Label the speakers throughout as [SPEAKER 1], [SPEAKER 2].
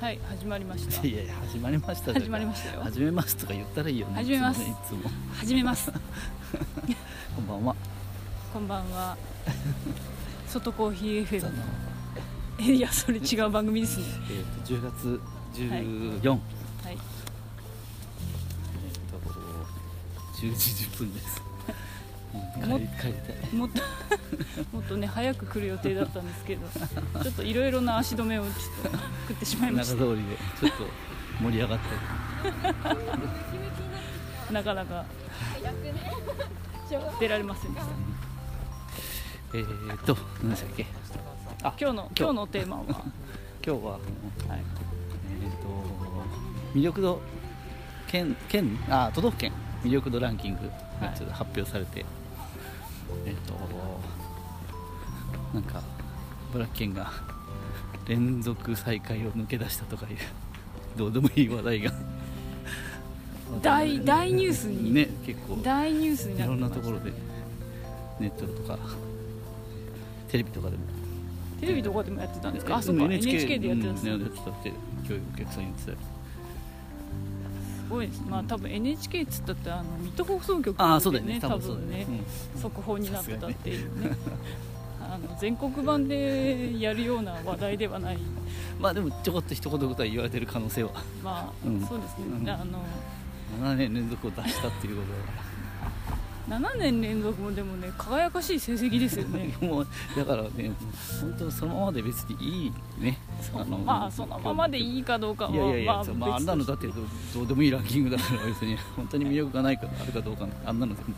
[SPEAKER 1] はい始まりました
[SPEAKER 2] いやいや始まりましたじゃん
[SPEAKER 1] 始まりましたよ
[SPEAKER 2] 始めますとか言ったらいいよね
[SPEAKER 1] 始めます
[SPEAKER 2] いつもねいつも
[SPEAKER 1] 始めます
[SPEAKER 2] こんばんは
[SPEAKER 1] こんばんは外コーヒー
[SPEAKER 2] あの
[SPEAKER 1] FM えいやそれ違う番組ですね
[SPEAKER 2] えーと10月14、
[SPEAKER 1] はい
[SPEAKER 2] えっと10時10分です
[SPEAKER 1] も
[SPEAKER 2] 帰り帰りたい
[SPEAKER 1] もっともっと ね早く来る予定だったんですけ どちょっといろいろな足止めをちょっと食ってしまいま
[SPEAKER 2] 中
[SPEAKER 1] し
[SPEAKER 2] 通
[SPEAKER 1] た
[SPEAKER 2] りでちょっと盛り上がった
[SPEAKER 1] なかなか出られませんでした
[SPEAKER 2] りえっ、と何でしたっけ
[SPEAKER 1] 今日の今日のテーマは、
[SPEAKER 2] 今日はあの
[SPEAKER 1] はい、
[SPEAKER 2] えっ、と魅力度県県あ都道府県魅力度ランキングがちょっと発表されて、えっ、となんか茨城県が連続再開を抜け出したとかいうどうでもいい話題が
[SPEAKER 1] 大大ニュースに、
[SPEAKER 2] ね結構
[SPEAKER 1] 大ニュースに
[SPEAKER 2] い
[SPEAKER 1] なって
[SPEAKER 2] ろん
[SPEAKER 1] ま
[SPEAKER 2] な
[SPEAKER 1] した
[SPEAKER 2] ところでネットとかテレビとかでも
[SPEAKER 1] テレビとかでもやってたんですかあそ
[SPEAKER 2] うん
[SPEAKER 1] うか NHK でやってたん
[SPEAKER 2] うん
[SPEAKER 1] ですね、
[SPEAKER 2] やってたって今日お客さんに言ってたよ
[SPEAKER 1] すごいですまあ多分 NHK っつったってあの水戸放送局
[SPEAKER 2] ああそうだよね
[SPEAKER 1] 多
[SPEAKER 2] 多分そうだ
[SPEAKER 1] 分
[SPEAKER 2] よ
[SPEAKER 1] ね
[SPEAKER 2] ね、
[SPEAKER 1] 速報になってたっていうね あの全国版でやるような話題ではない
[SPEAKER 2] うんまあでもちょこっと一言ぐらい言われてる可能性は
[SPEAKER 1] まあ、
[SPEAKER 2] うん
[SPEAKER 1] そうですね、
[SPEAKER 2] うん
[SPEAKER 1] あの
[SPEAKER 2] 7年連続を出したっていうこ
[SPEAKER 1] 7年連続もでもね輝かしい成績ですよ
[SPEAKER 2] と
[SPEAKER 1] ね
[SPEAKER 2] で もうだからね本当そのままで別にいいね
[SPEAKER 1] そのまあそのままで
[SPEAKER 2] い
[SPEAKER 1] いいかどうかはい
[SPEAKER 2] やいやいや、
[SPEAKER 1] まあ
[SPEAKER 2] そうまあ、あん
[SPEAKER 1] 別
[SPEAKER 2] な
[SPEAKER 1] と
[SPEAKER 2] の
[SPEAKER 1] して
[SPEAKER 2] だってどうどうでもいいランキングだから別に本当に魅力がないかあるかどうかあんなの全然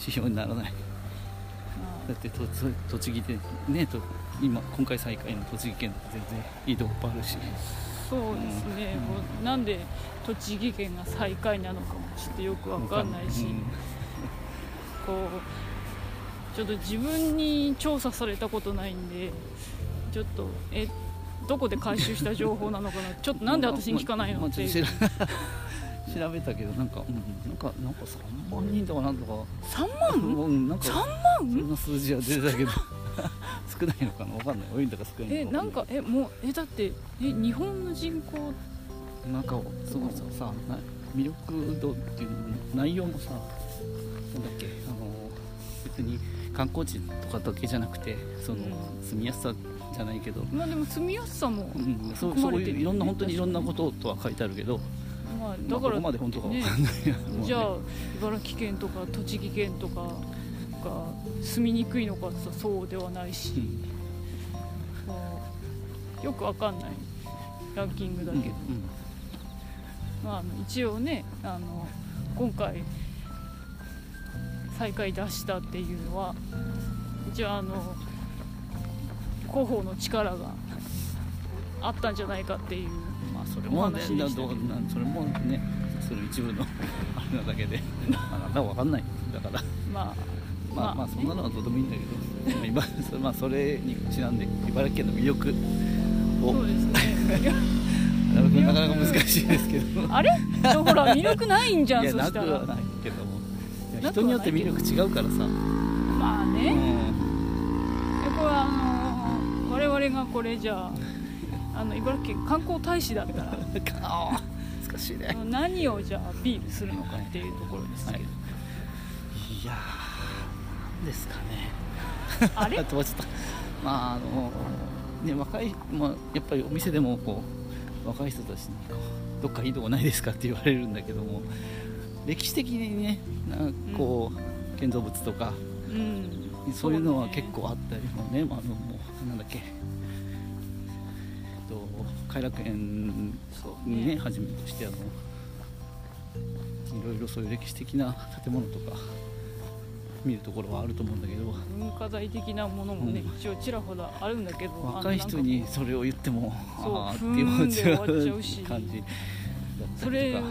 [SPEAKER 2] 指標にならない
[SPEAKER 1] ま
[SPEAKER 2] だってとと栃木でねと今今回最下位の栃木県だって全然いいとこいっぱいあるし
[SPEAKER 1] あそうですね、
[SPEAKER 2] うん
[SPEAKER 1] もうなんで栃木県が最下位なのかもちょっとよくわかんないし、こうちょっと自分に調査されたことないんでちょっとえどこで回収した情報なのかな ちょっとなんで私に聞かないの
[SPEAKER 2] まあ
[SPEAKER 1] って
[SPEAKER 2] まあ
[SPEAKER 1] い
[SPEAKER 2] ちょ
[SPEAKER 1] う
[SPEAKER 2] っと 調べ調べたけどなんか、うん、なんかなんか3万人とかなんとか
[SPEAKER 1] 3万
[SPEAKER 2] うん、なんか
[SPEAKER 1] 3
[SPEAKER 2] そんな数字は出てたけど 少ないのかなわかんない多いんだか少ない
[SPEAKER 1] え
[SPEAKER 2] のか
[SPEAKER 1] なんかえもうえだってえ日本の人口
[SPEAKER 2] なんかそもそもさな魅力度っていうの内容もさなんだっけあの別に観光地とかだけじゃなくてその、
[SPEAKER 1] う
[SPEAKER 2] 住みやすさじゃないけど、
[SPEAKER 1] まあでも住みやすさも、
[SPEAKER 2] うん、そう
[SPEAKER 1] 含
[SPEAKER 2] そ
[SPEAKER 1] ま
[SPEAKER 2] う
[SPEAKER 1] れてるよね
[SPEAKER 2] いういろんな本当にいろんなこととは書いてあるけど、
[SPEAKER 1] まあ、
[SPEAKER 2] ま
[SPEAKER 1] だか
[SPEAKER 2] あど
[SPEAKER 1] ら、
[SPEAKER 2] こまで本当かわかんない、もうね
[SPEAKER 1] じゃあ茨城県とか栃木県とかが住みにくいのかって言ったらそうではないし
[SPEAKER 2] う、ん
[SPEAKER 1] まあよくわかんないランキングだ
[SPEAKER 2] うん
[SPEAKER 1] けど、まああの、一応ねあの今回最下位出したっていうのは一応あの広報の力があったんじゃないかっていう
[SPEAKER 2] まあそれもね
[SPEAKER 1] お話でしたけど
[SPEAKER 2] どうなんそれもねその一部の あれなだけで、まあ、なんだかわかんないだから
[SPEAKER 1] まあ
[SPEAKER 2] まあまあ
[SPEAKER 1] ね
[SPEAKER 2] そんなのはどうでもいいんだけど、まあ茨そ まあ、それにちなんで茨城県の魅力を
[SPEAKER 1] そうですね
[SPEAKER 2] なかなかなか難しいですけど
[SPEAKER 1] あれほら魅力ないんじゃ
[SPEAKER 2] い
[SPEAKER 1] ん
[SPEAKER 2] や
[SPEAKER 1] そ
[SPEAKER 2] な
[SPEAKER 1] し
[SPEAKER 2] く
[SPEAKER 1] た
[SPEAKER 2] は
[SPEAKER 1] ら
[SPEAKER 2] ないけどもい
[SPEAKER 1] な
[SPEAKER 2] や
[SPEAKER 1] くはない
[SPEAKER 2] 人によって魅力違うからさ、
[SPEAKER 1] まあ
[SPEAKER 2] う
[SPEAKER 1] ねえ
[SPEAKER 2] ん、
[SPEAKER 1] これあのー我々がこれじゃああの茨城県観光大使だったら
[SPEAKER 2] あー難しいね
[SPEAKER 1] あの何をじゃあアピールするのかっていうところですけど、
[SPEAKER 2] いやーなんですかね
[SPEAKER 1] あれ
[SPEAKER 2] 飛ばしちゃったまああのね若い、まあ、やっぱりお店でもこう若い人たちにこうどっかいいとこないですかって言われるんだけども歴史的にねなんかこう、建造物とか
[SPEAKER 1] うん
[SPEAKER 2] そういうの
[SPEAKER 1] そ
[SPEAKER 2] は
[SPEAKER 1] うね
[SPEAKER 2] 結構あったりもねあのもうなんだっけ、えっと、偕楽園
[SPEAKER 1] そう
[SPEAKER 2] にね
[SPEAKER 1] ね
[SPEAKER 2] はじめとしてあのいろいろそういう歴史的な建物とか見るところはあると思うんだけど
[SPEAKER 1] 文化財的なものもね、
[SPEAKER 2] うん
[SPEAKER 1] 一応ちらほらあるんだけど
[SPEAKER 2] 若い人
[SPEAKER 1] あの
[SPEAKER 2] に
[SPEAKER 1] なんかこ
[SPEAKER 2] それを言っても
[SPEAKER 1] そう
[SPEAKER 2] ああって
[SPEAKER 1] ふーん
[SPEAKER 2] いう感じ
[SPEAKER 1] で終わっちゃうし
[SPEAKER 2] 感じだ
[SPEAKER 1] う
[SPEAKER 2] った
[SPEAKER 1] そ
[SPEAKER 2] り
[SPEAKER 1] れ
[SPEAKER 2] とか、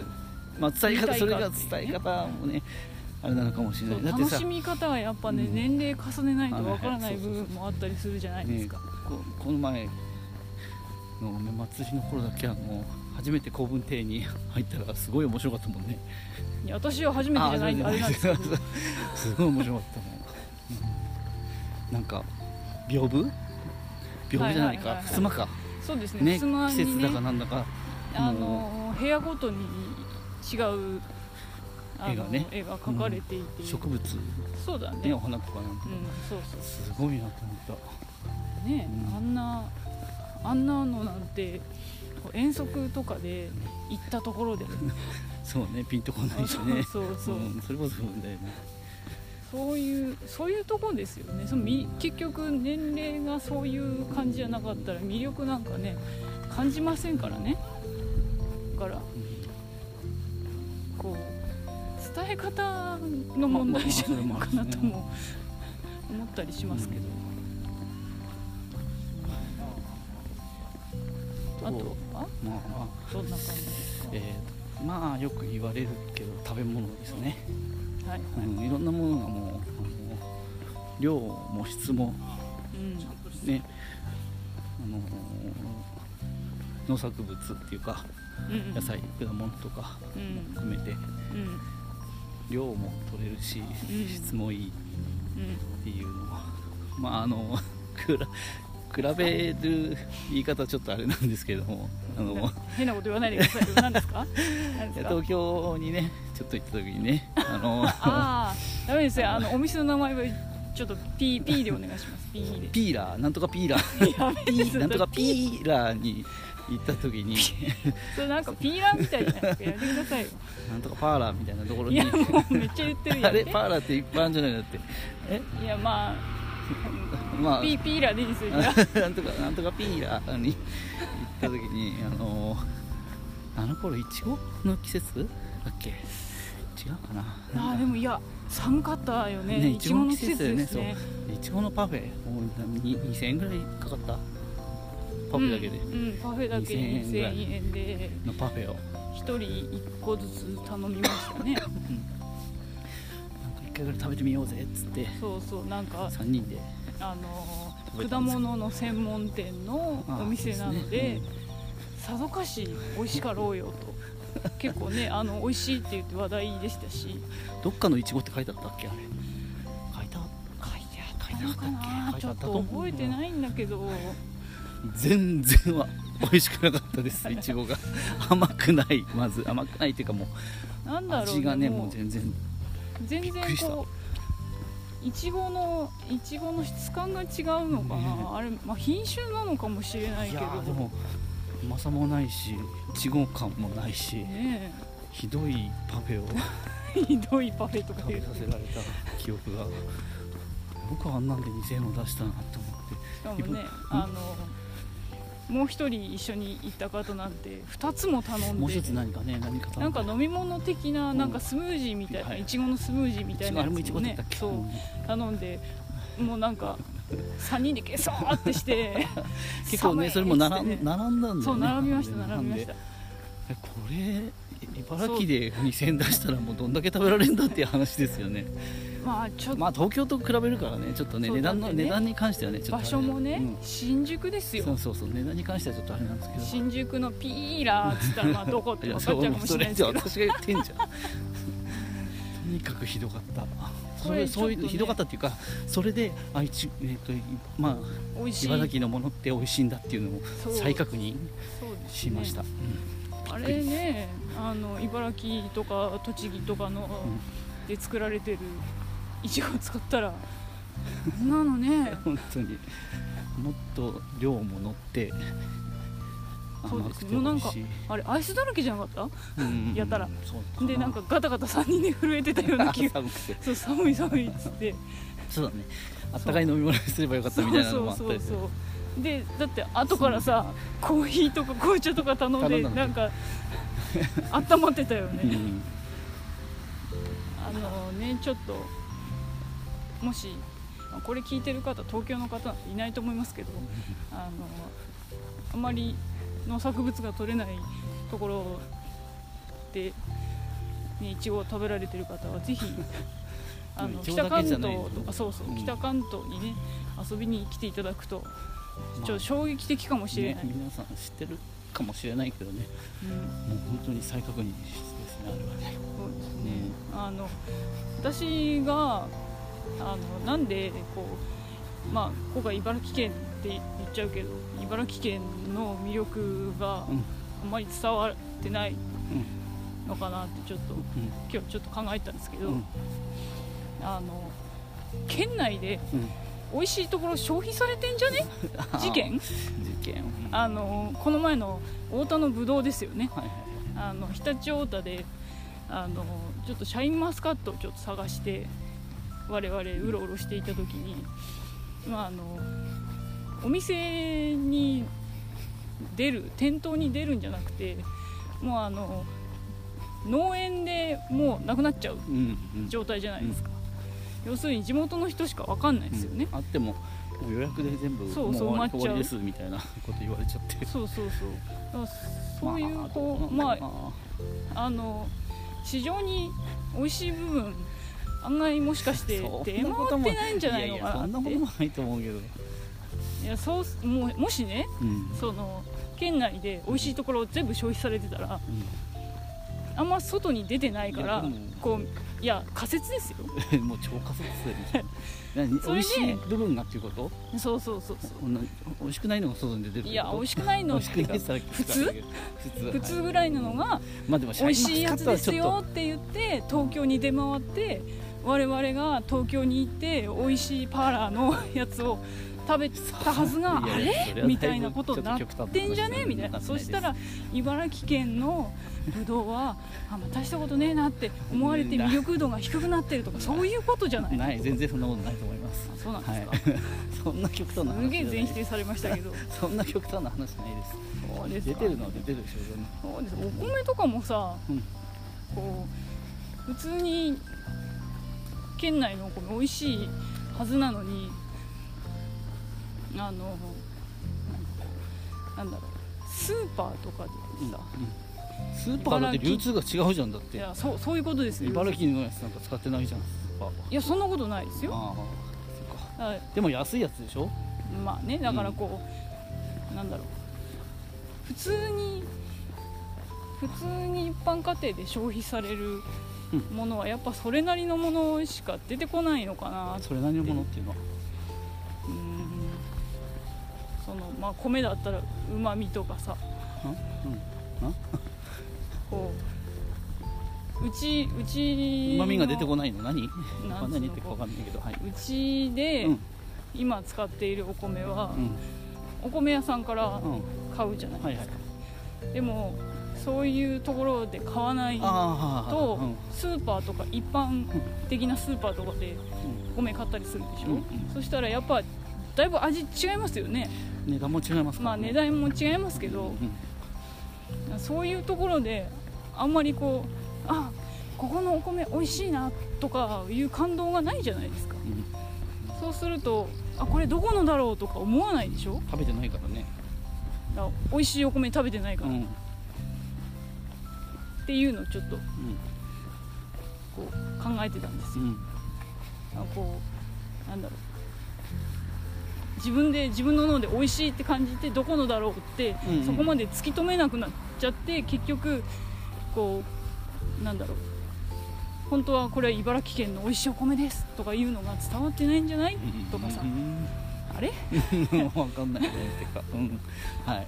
[SPEAKER 2] まあ、伝え
[SPEAKER 1] 言いた
[SPEAKER 2] 方
[SPEAKER 1] い
[SPEAKER 2] それが
[SPEAKER 1] か
[SPEAKER 2] 伝
[SPEAKER 1] っていうね
[SPEAKER 2] え方もねあれなのかもしれないだっ
[SPEAKER 1] そう
[SPEAKER 2] て
[SPEAKER 1] 楽
[SPEAKER 2] さ
[SPEAKER 1] しみ方はやっぱね、
[SPEAKER 2] うん
[SPEAKER 1] 年齢重ねないとわから
[SPEAKER 2] は
[SPEAKER 1] ない
[SPEAKER 2] はいいそ
[SPEAKER 1] 部
[SPEAKER 2] うそうそう
[SPEAKER 1] 分もあったりするじゃないですか、
[SPEAKER 2] ねここの前のね祭りの頃だけあの初めて公文亭に入ったらすごい面白かったもんね
[SPEAKER 1] いや私は初めてじゃないんであれなんですけど
[SPEAKER 2] すごい面白かったもんうんなんか屏風屏風じゃない
[SPEAKER 1] はいはいはいは
[SPEAKER 2] か
[SPEAKER 1] い
[SPEAKER 2] 襖か
[SPEAKER 1] そうですね
[SPEAKER 2] ね
[SPEAKER 1] ふすま
[SPEAKER 2] 季
[SPEAKER 1] に
[SPEAKER 2] 節
[SPEAKER 1] ね
[SPEAKER 2] だかなんだか
[SPEAKER 1] あの部屋ごとに違うあの
[SPEAKER 2] 絵がね
[SPEAKER 1] 絵が描かれていて、
[SPEAKER 2] 植物
[SPEAKER 1] そうだね
[SPEAKER 2] ね
[SPEAKER 1] う
[SPEAKER 2] お
[SPEAKER 1] ん
[SPEAKER 2] 花とかなんか
[SPEAKER 1] そうそう
[SPEAKER 2] すごいなと思った
[SPEAKER 1] ね、
[SPEAKER 2] うん
[SPEAKER 1] あんなあんなのなんてこう遠足とかで行ったところで
[SPEAKER 2] そうねピンとこないしね
[SPEAKER 1] そうそうそう、
[SPEAKER 2] うんそれこそそうだよね
[SPEAKER 1] そういうそういうとこですよねそのみ結局年齢がそういう感じじゃなかったら魅力なんかね感じませんからねだからこう伝え方の問題じゃないのかなとも思ったりしますけど、
[SPEAKER 2] うん
[SPEAKER 1] あとは
[SPEAKER 2] まあまあ
[SPEAKER 1] どんな感じですか、
[SPEAKER 2] えーまあよく言われるけど食べ物ですね
[SPEAKER 1] はいはい、
[SPEAKER 2] うんいろんなものがもうあの量も質も
[SPEAKER 1] うん
[SPEAKER 2] ねあの農作物っていうか
[SPEAKER 1] うん
[SPEAKER 2] 野菜果物とか
[SPEAKER 1] うん
[SPEAKER 2] 含めて
[SPEAKER 1] うん
[SPEAKER 2] 量も取れるし
[SPEAKER 1] うん
[SPEAKER 2] 質もいい
[SPEAKER 1] うん
[SPEAKER 2] っていうのは まああの くら比べる言い方ちょっとあれなんですけどもあの
[SPEAKER 1] 変なこと言わないでくださいよ何ですか何ですか
[SPEAKER 2] 東京にねちょっと行った時にねあの
[SPEAKER 1] ああダメですよあのお店の名前はちょっと P, P でお願いします P で
[SPEAKER 2] ピーラーなんとかピー ラー
[SPEAKER 1] やめ
[SPEAKER 2] ピ
[SPEAKER 1] て
[SPEAKER 2] ーなんとかピーラーに行った時 に
[SPEAKER 1] それなんかピーラーみたいじゃないですかやめてくださいよ
[SPEAKER 2] なんとかパーラーみ たいなところ
[SPEAKER 1] い
[SPEAKER 2] に
[SPEAKER 1] やもうめっちゃ言ってるや
[SPEAKER 2] あ
[SPEAKER 1] ん
[SPEAKER 2] れパーラーって一般じゃないのってえ
[SPEAKER 1] いやま
[SPEAKER 2] ま
[SPEAKER 1] あ
[SPEAKER 2] あ
[SPEAKER 1] ピーピーラーでいいですよじゃあ
[SPEAKER 2] なんとかなんとかピーラーに行った時にあのあの頃いちごの季節だっけ違うかな
[SPEAKER 1] あーでもいや寒かったよねいちごの季節ですね
[SPEAKER 2] そういちごのパフェもうに2000円ぐらいかかったパフェだけで、
[SPEAKER 1] うん、うんパフェだけ
[SPEAKER 2] 2000円ぐらい
[SPEAKER 1] 2000円で
[SPEAKER 2] のパフェを
[SPEAKER 1] 1人1個ずつ頼みましたね
[SPEAKER 2] なんか一回ぐらい食べてみようぜっつって
[SPEAKER 1] そうそうなんか
[SPEAKER 2] 3人で
[SPEAKER 1] あの
[SPEAKER 2] 食べた
[SPEAKER 1] 果
[SPEAKER 2] んですよ
[SPEAKER 1] 物の専門店のお店なので
[SPEAKER 2] あーですね
[SPEAKER 1] さぞかし美味しかろうよ と結構ねあの美味しいって言って話題でしたし書いて
[SPEAKER 2] どっかのいちごって書いてあったっけあれ書いてあ
[SPEAKER 1] あ
[SPEAKER 2] っ
[SPEAKER 1] ったのかな
[SPEAKER 2] 書
[SPEAKER 1] ち
[SPEAKER 2] いて
[SPEAKER 1] ょ
[SPEAKER 2] あ
[SPEAKER 1] っ
[SPEAKER 2] ったっけ
[SPEAKER 1] と覚えてないんだけど
[SPEAKER 2] 全然は美味しくなかっ たですいちごが甘くないまず甘くないっていうかも
[SPEAKER 1] なん
[SPEAKER 2] う
[SPEAKER 1] だろう
[SPEAKER 2] 味がね
[SPEAKER 1] もう
[SPEAKER 2] もう全然
[SPEAKER 1] 全
[SPEAKER 2] びっく
[SPEAKER 1] 然
[SPEAKER 2] りした
[SPEAKER 1] こういちごのいちごの質感が違うのかな、
[SPEAKER 2] ねえ
[SPEAKER 1] あれ、まあ、品種なのかもしれない
[SPEAKER 2] い
[SPEAKER 1] け
[SPEAKER 2] や
[SPEAKER 1] ど
[SPEAKER 2] ーでも甘さもないしいちご感もないし
[SPEAKER 1] ね
[SPEAKER 2] ひどいパフェを
[SPEAKER 1] え ひどいパフェとか
[SPEAKER 2] 食
[SPEAKER 1] 言
[SPEAKER 2] べ
[SPEAKER 1] う
[SPEAKER 2] さ
[SPEAKER 1] と
[SPEAKER 2] せられた記憶がよくあんなんで2000円を出したなと思っ
[SPEAKER 1] し
[SPEAKER 2] て
[SPEAKER 1] かもねあのもう一人一緒に行った方なんて2つも頼んで
[SPEAKER 2] もう一つ何かね何か
[SPEAKER 1] な
[SPEAKER 2] 頼
[SPEAKER 1] んか
[SPEAKER 2] で
[SPEAKER 1] 飲み物的な
[SPEAKER 2] うん
[SPEAKER 1] なんかスムージーみたいな、
[SPEAKER 2] はい
[SPEAKER 1] い、ちごのスムージーみ
[SPEAKER 2] い
[SPEAKER 1] た
[SPEAKER 2] ち
[SPEAKER 1] い
[SPEAKER 2] ご
[SPEAKER 1] な
[SPEAKER 2] あ
[SPEAKER 1] や
[SPEAKER 2] れ
[SPEAKER 1] つ
[SPEAKER 2] もいち
[SPEAKER 1] も
[SPEAKER 2] ごだっ
[SPEAKER 1] ね
[SPEAKER 2] たっけ、
[SPEAKER 1] そ
[SPEAKER 2] うん
[SPEAKER 1] う頼んでもうなんか3人でゲソーってして
[SPEAKER 2] 結構ねそれも並ん,、
[SPEAKER 1] 寒いっつってね
[SPEAKER 2] 並んだんだよね
[SPEAKER 1] そう並びました
[SPEAKER 2] なんで
[SPEAKER 1] 並びました
[SPEAKER 2] えこれ茨城で2000円出したらもうどんだけ食べられるんだっていう話ですよね
[SPEAKER 1] まあちょっと、
[SPEAKER 2] まあ東京と比べるからねちょっとね
[SPEAKER 1] そう
[SPEAKER 2] 値段
[SPEAKER 1] だ
[SPEAKER 2] の、
[SPEAKER 1] ってね
[SPEAKER 2] 値段に関してはねちょっとあ
[SPEAKER 1] 場
[SPEAKER 2] れ
[SPEAKER 1] 所もね、
[SPEAKER 2] うん
[SPEAKER 1] 新宿ですよ
[SPEAKER 2] そうそうそう値段に関してはちょっとあれなんですけど
[SPEAKER 1] 新宿のピーラーっつったらまあどこって
[SPEAKER 2] い
[SPEAKER 1] 分かっちゃ
[SPEAKER 2] やそう
[SPEAKER 1] か
[SPEAKER 2] う
[SPEAKER 1] もし
[SPEAKER 2] そ
[SPEAKER 1] れな
[SPEAKER 2] れ
[SPEAKER 1] い
[SPEAKER 2] じ
[SPEAKER 1] で
[SPEAKER 2] ゃ
[SPEAKER 1] すけど
[SPEAKER 2] 私が言ってんじゃ んとにかくひどかったそ
[SPEAKER 1] こ
[SPEAKER 2] れ
[SPEAKER 1] れちょっ
[SPEAKER 2] そ
[SPEAKER 1] と
[SPEAKER 2] う
[SPEAKER 1] ね
[SPEAKER 2] いうひどかったっていうかそれであ一えっといまあ
[SPEAKER 1] 美味しい
[SPEAKER 2] 茨城のものって美味しいんだっていうのを
[SPEAKER 1] そう
[SPEAKER 2] 再確認
[SPEAKER 1] そうですね
[SPEAKER 2] しました、
[SPEAKER 1] あれねあの茨城とか栃木とかの、で作られてるいちごを使ったらこんなの ね
[SPEAKER 2] うん本当にもっと量も乗って
[SPEAKER 1] そう
[SPEAKER 2] 甘
[SPEAKER 1] で
[SPEAKER 2] く
[SPEAKER 1] す
[SPEAKER 2] て
[SPEAKER 1] ね
[SPEAKER 2] 美
[SPEAKER 1] もうなん
[SPEAKER 2] 味
[SPEAKER 1] か
[SPEAKER 2] しい
[SPEAKER 1] あれアイスだらけじゃなかっ
[SPEAKER 2] うん
[SPEAKER 1] やたら
[SPEAKER 2] そう
[SPEAKER 1] たでなんかガタガタ3人で震えてたような気
[SPEAKER 2] 朝
[SPEAKER 1] が
[SPEAKER 2] 寒くて
[SPEAKER 1] そう寒い寒いっつって
[SPEAKER 2] そうだねあったかい飲み物にすればよかったみたいなのもあったりする
[SPEAKER 1] そうでだって後からさコーヒーとか紅茶とか頼ん
[SPEAKER 2] 頼
[SPEAKER 1] で
[SPEAKER 2] んだの
[SPEAKER 1] なんか温まってたよ
[SPEAKER 2] う
[SPEAKER 1] ね
[SPEAKER 2] ん
[SPEAKER 1] あのねちょっともしまあこれ聞いてる方東京の方なんていないと思いますけどあのあまり農作物が取れないところで、ね、いちごを食べられてる方はぜ ひあの
[SPEAKER 2] いちご
[SPEAKER 1] 北
[SPEAKER 2] だ
[SPEAKER 1] 関
[SPEAKER 2] けじゃ
[SPEAKER 1] 東
[SPEAKER 2] ないよ
[SPEAKER 1] とかそうそう、
[SPEAKER 2] うん
[SPEAKER 1] 北関東にね遊びに来ていただくと
[SPEAKER 2] まあ
[SPEAKER 1] ちょっと衝撃的かもしれない、
[SPEAKER 2] ね皆さん知ってるかもしれないけどね
[SPEAKER 1] うん
[SPEAKER 2] もう本当に再確認ですねあれはね
[SPEAKER 1] そうですね、あの私があのなんでこう、まあ、ここが茨城県って言っちゃうけど茨城県の魅力があんまり伝わってないのかなってちょっと今日ちょっと考えたんですけど、
[SPEAKER 2] うん
[SPEAKER 1] あの県内で
[SPEAKER 2] うん
[SPEAKER 1] 美味しいところ消費されてんじゃね事件
[SPEAKER 2] 事件
[SPEAKER 1] あのこの前の太田のぶどうですよね
[SPEAKER 2] はいはい
[SPEAKER 1] あの常陸太田であのちょっとシャインマスカットをちょっと探して我々うろうろしていた時に、まあ、あのお店に出る店頭に出るんじゃなくてもうあの農園でもうなくなっちゃう
[SPEAKER 2] うんうん
[SPEAKER 1] 状態じゃないですか、要するに地元の人しか分かんないですよね、
[SPEAKER 2] あってももう予約で全部
[SPEAKER 1] そうそう
[SPEAKER 2] も終わ
[SPEAKER 1] 埋
[SPEAKER 2] り
[SPEAKER 1] まっ
[SPEAKER 2] 終
[SPEAKER 1] ちゃう
[SPEAKER 2] わりですみたいなこと言われちゃって
[SPEAKER 1] そうそうそうだからそうい
[SPEAKER 2] ま
[SPEAKER 1] う
[SPEAKER 2] あ
[SPEAKER 1] こう
[SPEAKER 2] どな
[SPEAKER 1] まあ
[SPEAKER 2] んだろ
[SPEAKER 1] あの市場に美味しい部分案外もしかして
[SPEAKER 2] うな
[SPEAKER 1] 出回ってないんじゃないのか
[SPEAKER 2] そん
[SPEAKER 1] な
[SPEAKER 2] な
[SPEAKER 1] っ
[SPEAKER 2] こ
[SPEAKER 1] て
[SPEAKER 2] ともないと思うけど、
[SPEAKER 1] いやそうもうもしね
[SPEAKER 2] うん
[SPEAKER 1] その県内で美味しいところ全部消費されてたら
[SPEAKER 2] うん
[SPEAKER 1] あんま外に出てないか
[SPEAKER 2] いや
[SPEAKER 1] ら
[SPEAKER 2] でも
[SPEAKER 1] こういや仮説ですよ
[SPEAKER 2] もう超過疎ですよね何
[SPEAKER 1] それ
[SPEAKER 2] 美
[SPEAKER 1] で
[SPEAKER 2] 味しい部分がっていうこと
[SPEAKER 1] そうそうそうそ
[SPEAKER 2] こんな美味しくないのが外に出てる
[SPEAKER 1] う
[SPEAKER 2] ってこと
[SPEAKER 1] いや美味しくない
[SPEAKER 2] 美
[SPEAKER 1] のっ
[SPEAKER 2] 味して
[SPEAKER 1] いう
[SPEAKER 2] くな
[SPEAKER 1] か
[SPEAKER 2] いさっき
[SPEAKER 1] 普通
[SPEAKER 2] 普通
[SPEAKER 1] 普通ぐらいなのが
[SPEAKER 2] まあでもシ
[SPEAKER 1] 美味
[SPEAKER 2] ャイン
[SPEAKER 1] しい
[SPEAKER 2] マスカ
[SPEAKER 1] や
[SPEAKER 2] ッ
[SPEAKER 1] つ
[SPEAKER 2] トは
[SPEAKER 1] で
[SPEAKER 2] ち
[SPEAKER 1] す
[SPEAKER 2] ょ
[SPEAKER 1] よ
[SPEAKER 2] っ
[SPEAKER 1] って言って東京に出回って我々が東京に行って美味しいパーラーのやつを食べたはずが
[SPEAKER 2] い
[SPEAKER 1] あ
[SPEAKER 2] やいやそれはだい
[SPEAKER 1] れ
[SPEAKER 2] ぶ
[SPEAKER 1] みたいなことになっ
[SPEAKER 2] ちょっと極端な
[SPEAKER 1] て
[SPEAKER 2] 話
[SPEAKER 1] んじゃね
[SPEAKER 2] に
[SPEAKER 1] みたい
[SPEAKER 2] な
[SPEAKER 1] な
[SPEAKER 2] って
[SPEAKER 1] そ
[SPEAKER 2] ないで
[SPEAKER 1] し
[SPEAKER 2] す
[SPEAKER 1] たら茨城県のぶどうはあんま大したことねえなって思われて魅力度が低くなってるとかそういうことじゃな
[SPEAKER 2] と
[SPEAKER 1] い
[SPEAKER 2] ない全然そんなことないと思います
[SPEAKER 1] そうなん
[SPEAKER 2] はい
[SPEAKER 1] ですか
[SPEAKER 2] そんな極端な話
[SPEAKER 1] すげえ全否
[SPEAKER 2] じゃない
[SPEAKER 1] 定されました けど
[SPEAKER 2] そんな極端な話ないです
[SPEAKER 1] そうです
[SPEAKER 2] 出
[SPEAKER 1] か
[SPEAKER 2] てるのは出てるでしょ全部
[SPEAKER 1] そうですお米とかもさ
[SPEAKER 2] うん
[SPEAKER 1] こう普通に県内のお米美味しいはずなのにあのなんだろうスーパーとかでさ、
[SPEAKER 2] うんスーパーだって流通が違うじゃんだっ
[SPEAKER 1] い
[SPEAKER 2] て
[SPEAKER 1] やそうそういうことですよ
[SPEAKER 2] 茨城のやつなんか使ってないじゃんスーパーはい
[SPEAKER 1] やそんなことないですよ
[SPEAKER 2] ああそっか
[SPEAKER 1] だから
[SPEAKER 2] でも安いやつでしょ
[SPEAKER 1] まあねだからこう、なんだろう普通に普通に一般家庭で消費される
[SPEAKER 2] うん
[SPEAKER 1] ものはやっぱそれなりのものしか出てこないのかな
[SPEAKER 2] それなりのものっていうのは
[SPEAKER 1] うんそのまあ米だったらうまみとかさ こううちう
[SPEAKER 2] う
[SPEAKER 1] ち
[SPEAKER 2] まみが出てこ
[SPEAKER 1] な
[SPEAKER 2] ないの何
[SPEAKER 1] なんつうの
[SPEAKER 2] 何言ってるか分かんないけどはいう
[SPEAKER 1] ちで
[SPEAKER 2] うん
[SPEAKER 1] 今使っているお米は、
[SPEAKER 2] うん
[SPEAKER 1] お米屋さんから
[SPEAKER 2] うん
[SPEAKER 1] 買うじゃない
[SPEAKER 2] はい
[SPEAKER 1] で
[SPEAKER 2] は
[SPEAKER 1] す
[SPEAKER 2] い
[SPEAKER 1] か、でもそういうところで買わない
[SPEAKER 2] ああ
[SPEAKER 1] と
[SPEAKER 2] うん
[SPEAKER 1] スーパーとか一般的なスーパーとかで
[SPEAKER 2] う
[SPEAKER 1] お米買ったりするでしょ、
[SPEAKER 2] うん
[SPEAKER 1] そしたらやっぱだいぶ味違いますよね
[SPEAKER 2] ん値段も違いますか
[SPEAKER 1] ま
[SPEAKER 2] ら
[SPEAKER 1] あ
[SPEAKER 2] ね
[SPEAKER 1] 値段も違いますけ
[SPEAKER 2] う
[SPEAKER 1] ど
[SPEAKER 2] ん、
[SPEAKER 1] そういうところであんまりこうあここのお米美味しいなとかいう感動がないじゃないですか
[SPEAKER 2] うん
[SPEAKER 1] そうするとあこれどこのだろうとか思わないでしょ
[SPEAKER 2] 食べてないからね
[SPEAKER 1] だから美味しいお米食べてないか
[SPEAKER 2] う
[SPEAKER 1] ら
[SPEAKER 2] ん
[SPEAKER 1] っ
[SPEAKER 2] うん
[SPEAKER 1] ていうのをちょっとこう考えてたんです
[SPEAKER 2] う
[SPEAKER 1] よ、
[SPEAKER 2] ん
[SPEAKER 1] あこうなんだろう自分で自分の脳で美味しいって感じてどこのだろうって、
[SPEAKER 2] うんうん
[SPEAKER 1] そこまで突き止めなくなっちゃって結局こうなんだろう本当はこれは茨城県の美味しいお米ですとかいうのが伝わってないんじゃないとかさ
[SPEAKER 2] うん
[SPEAKER 1] あれ
[SPEAKER 2] うん分かんないねってかうんはいはい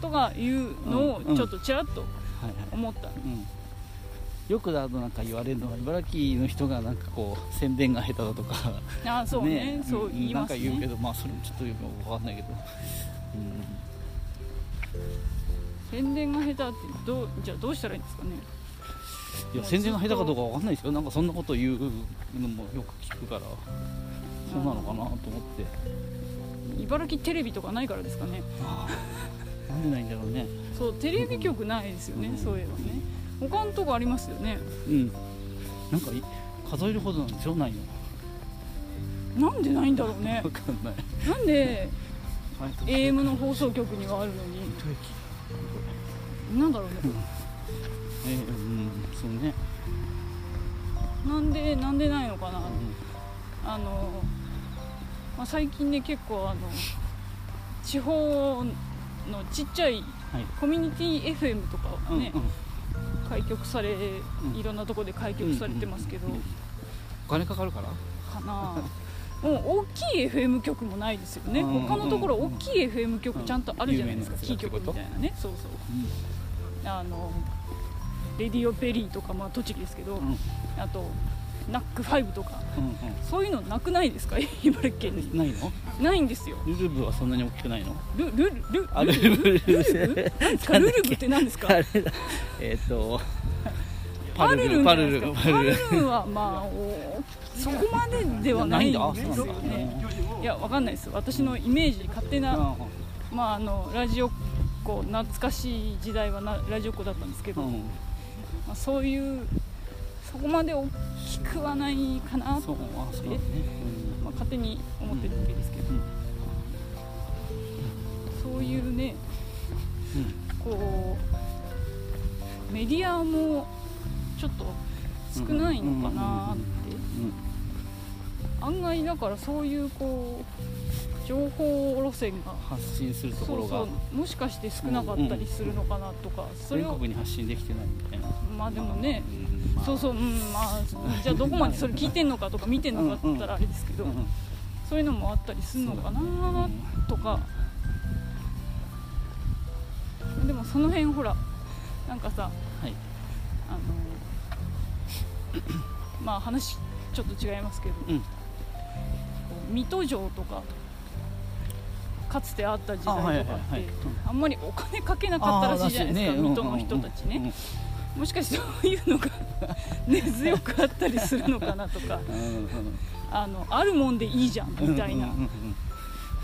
[SPEAKER 1] とかいうの
[SPEAKER 2] うんう
[SPEAKER 1] を
[SPEAKER 2] ん
[SPEAKER 1] ちょっとちらっと
[SPEAKER 2] はい
[SPEAKER 1] 思った、
[SPEAKER 2] うんよくあのなんか言われるのは茨城の人がなんかこう宣伝が下手だとか
[SPEAKER 1] ああそうねそう言い
[SPEAKER 2] なん
[SPEAKER 1] ます
[SPEAKER 2] か言うけ
[SPEAKER 1] ね
[SPEAKER 2] どまあそれもちょっとよく分かんないけど、うん、
[SPEAKER 1] 宣伝が下手ってどうじゃあどうしたらいいんですかね
[SPEAKER 2] いや宣伝が下手かどうか分かんないですよなんかそんなこと言うのもよく聞くからそうなのかなと思って
[SPEAKER 1] 茨城テレビとかないからですかね
[SPEAKER 2] ああなんでないんだろうね
[SPEAKER 1] そうテレビ局ないですよね、
[SPEAKER 2] うん
[SPEAKER 1] そういえばね他のとこありますよね
[SPEAKER 2] うんなんかい数えるほどなんでしょないの
[SPEAKER 1] なんでないんだろうね
[SPEAKER 2] 分かんない
[SPEAKER 1] なんで AM
[SPEAKER 2] ム
[SPEAKER 1] の放送局にはあるのになんだろうね
[SPEAKER 2] えーうんそうね、
[SPEAKER 1] なんでなんでないのかな
[SPEAKER 2] う
[SPEAKER 1] あの、まあ、最近ね結構あの地方のちっちゃい
[SPEAKER 2] はい
[SPEAKER 1] コミュニティ FM とかは
[SPEAKER 2] ん
[SPEAKER 1] ね、
[SPEAKER 2] うん
[SPEAKER 1] 開局され
[SPEAKER 2] ん
[SPEAKER 1] いろんなとこで開局されてますけど、
[SPEAKER 2] うんうんうんお金かかるから
[SPEAKER 1] かなうん、大きい FM 局もないですよね、
[SPEAKER 2] うんうんうん
[SPEAKER 1] 他のところ大きい FM 局ちゃんとあるじゃないですか、
[SPEAKER 2] うん
[SPEAKER 1] キー局みたいなねそうそうあのレディオペリーとか、まあ、栃木ですけど、
[SPEAKER 2] うん
[SPEAKER 1] あとナックファイブとか
[SPEAKER 2] うん
[SPEAKER 1] そういうのなくないですか 茨城県に
[SPEAKER 2] うん、ないの
[SPEAKER 1] ないんですよ
[SPEAKER 2] ルルブはそんなに大きくないの
[SPEAKER 1] ルルルル
[SPEAKER 2] あル
[SPEAKER 1] ル
[SPEAKER 2] ルブルル
[SPEAKER 1] ルブ
[SPEAKER 2] ブ
[SPEAKER 1] なんですかルルブって何ですか
[SPEAKER 2] あれ だえっ、と
[SPEAKER 1] パルルンじ
[SPEAKER 2] パ
[SPEAKER 1] ゃない
[SPEAKER 2] ル
[SPEAKER 1] です
[SPEAKER 2] ル
[SPEAKER 1] か
[SPEAKER 2] ン
[SPEAKER 1] パルルンはまあおそこまでではないんですよ
[SPEAKER 2] ないんだそうなん
[SPEAKER 1] ねいやわかんないです私のイメージ勝手な、まああのラジオっ子懐かしい時代はなラジオっ子だったんですけ
[SPEAKER 2] う
[SPEAKER 1] ど、
[SPEAKER 2] んう
[SPEAKER 1] ま
[SPEAKER 2] ん
[SPEAKER 1] あ、そういうそこまで大きくはないかな
[SPEAKER 2] そうあそうだね、
[SPEAKER 1] まあ、勝手に思ってるだけですけど、
[SPEAKER 2] うん
[SPEAKER 1] そういうね
[SPEAKER 2] うん
[SPEAKER 1] こうメディアもちょっと少ないのかなって
[SPEAKER 2] うん
[SPEAKER 1] 案外だからそういうこう情報路線が
[SPEAKER 2] 発信するところが
[SPEAKER 1] そうそうもしかして少なかったりするのかなとか、それ
[SPEAKER 2] 全
[SPEAKER 1] を
[SPEAKER 2] 国に発信できてないみたいな
[SPEAKER 1] まあでもね、
[SPEAKER 2] うんまあ
[SPEAKER 1] そうそううんまあじゃあどこまでそれ聞いてんのかとか見てんのかって言ったらあれですけど、
[SPEAKER 2] うんうん
[SPEAKER 1] そういうのもあったりするのかなとか、でもその辺ほらなんかさ
[SPEAKER 2] はい
[SPEAKER 1] あのまあ話ちょっと違いますけど、
[SPEAKER 2] うん
[SPEAKER 1] こう水戸城とかかつてあった時
[SPEAKER 2] あはい
[SPEAKER 1] 代
[SPEAKER 2] はい
[SPEAKER 1] とかってあ,、
[SPEAKER 2] はい
[SPEAKER 1] んまりお金かけなかったらしいじゃないですか、水戸の人たちね、もしかしてそういうのが根強くあったりするのかなとかあのあるもんでいいじゃんみたいな、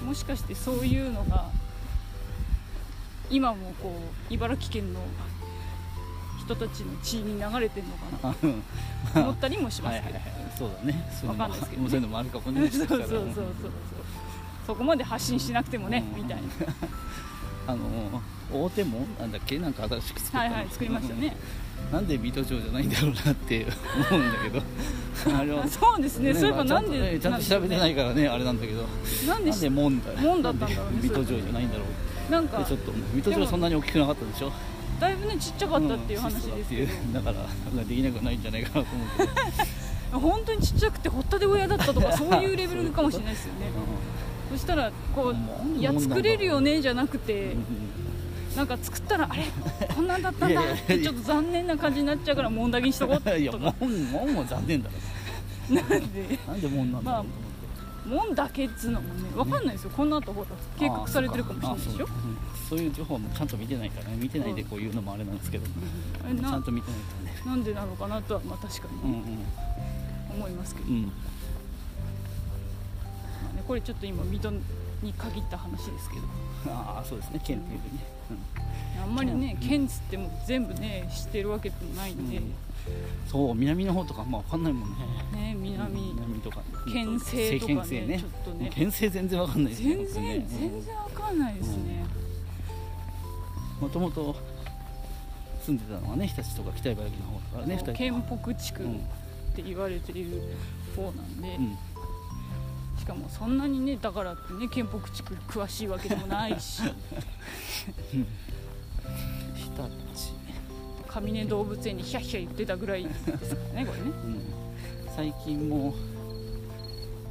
[SPEAKER 1] もしかしてそういうのが今もこう茨城県の人たちの血に流れてるのかな と思ったりもしますけど。
[SPEAKER 2] そうだねそう
[SPEAKER 1] わかんないですけどね
[SPEAKER 2] そういうのもあるかも
[SPEAKER 1] そう
[SPEAKER 2] ね
[SPEAKER 1] そうそうそうそうそこまで発信しなくてもね、
[SPEAKER 2] うん
[SPEAKER 1] みたいな
[SPEAKER 2] あの大手もなんだっけなんか新しく作った
[SPEAKER 1] はい
[SPEAKER 2] の
[SPEAKER 1] はい作りましたね
[SPEAKER 2] なんで水戸城じゃないんだろうなって思うんだけどあれは
[SPEAKER 1] あそうですねそういえば
[SPEAKER 2] ま
[SPEAKER 1] な
[SPEAKER 2] あちゃ
[SPEAKER 1] ん
[SPEAKER 2] と
[SPEAKER 1] で
[SPEAKER 2] ねちゃんと調べてないからねあれなんだけど
[SPEAKER 1] なんで
[SPEAKER 2] なんで
[SPEAKER 1] し
[SPEAKER 2] 門だ
[SPEAKER 1] 門だったんだろうね
[SPEAKER 2] なで水戸城じゃないんだろう
[SPEAKER 1] なん
[SPEAKER 2] で
[SPEAKER 1] か
[SPEAKER 2] ちょっと水戸城そんなに大きくなかったでしょ
[SPEAKER 1] だいぶねちっちゃかったっていう話ですけど、
[SPEAKER 2] うんだからなんかできなくはないんじゃないかなと 思うけど
[SPEAKER 1] 本当にちっちゃくてほったて小屋だったとかそういうレベルかもしれないですよねそしたらこ
[SPEAKER 2] も
[SPEAKER 1] う
[SPEAKER 2] う
[SPEAKER 1] いや
[SPEAKER 2] もうなんだ
[SPEAKER 1] 作れるよねじゃなくて
[SPEAKER 2] うん
[SPEAKER 1] なんか作ったらあれこんなんだったんだ
[SPEAKER 2] いやいやいや
[SPEAKER 1] ってちょっと残念な感じになっちゃうからもんだけにしとこう と
[SPEAKER 2] いや
[SPEAKER 1] か
[SPEAKER 2] 門門も残念だろ
[SPEAKER 1] なんで
[SPEAKER 2] なんで門なんだろうと思って
[SPEAKER 1] もんだけっつうのもねわかんないですよこんなとほら計画されてるかもしれないでしょ
[SPEAKER 2] あそうかあそううんそういう情報もちゃんと見てないからね見てないでこういうのもあれなんですけど、
[SPEAKER 1] あれ
[SPEAKER 2] ちゃ
[SPEAKER 1] なん
[SPEAKER 2] と見てないとね
[SPEAKER 1] なんでなのかなとはまあ確か
[SPEAKER 2] うん
[SPEAKER 1] に思いますけど、
[SPEAKER 2] うんうん
[SPEAKER 1] まあね、これちょっと今水戸に限った話ですけど
[SPEAKER 2] ああそうですね県っていうね、
[SPEAKER 1] あんまりね
[SPEAKER 2] うん
[SPEAKER 1] 県っつっても全部ね知ってるわけでもない
[SPEAKER 2] うん
[SPEAKER 1] んで、
[SPEAKER 2] うんそう南の方とかまあ分かんないもんね
[SPEAKER 1] ね南
[SPEAKER 2] 南とか
[SPEAKER 1] 県西とかね
[SPEAKER 2] 県西ね
[SPEAKER 1] ちょっとね
[SPEAKER 2] 県西全然分かんないですね
[SPEAKER 1] 全然全然わかんないですね、
[SPEAKER 2] もともと住んでたのはね日立とか北茨城の方だからね
[SPEAKER 1] そう
[SPEAKER 2] 二人
[SPEAKER 1] 県北地区
[SPEAKER 2] う
[SPEAKER 1] っ
[SPEAKER 2] ん
[SPEAKER 1] て言われている方なんで、
[SPEAKER 2] うん
[SPEAKER 1] しかもそんなにねだからってね県北地区詳しいわけでもない し
[SPEAKER 2] 日立
[SPEAKER 1] 上根動物園にヒャッヒャ言ってたぐらいですからねこれね
[SPEAKER 2] うん最近も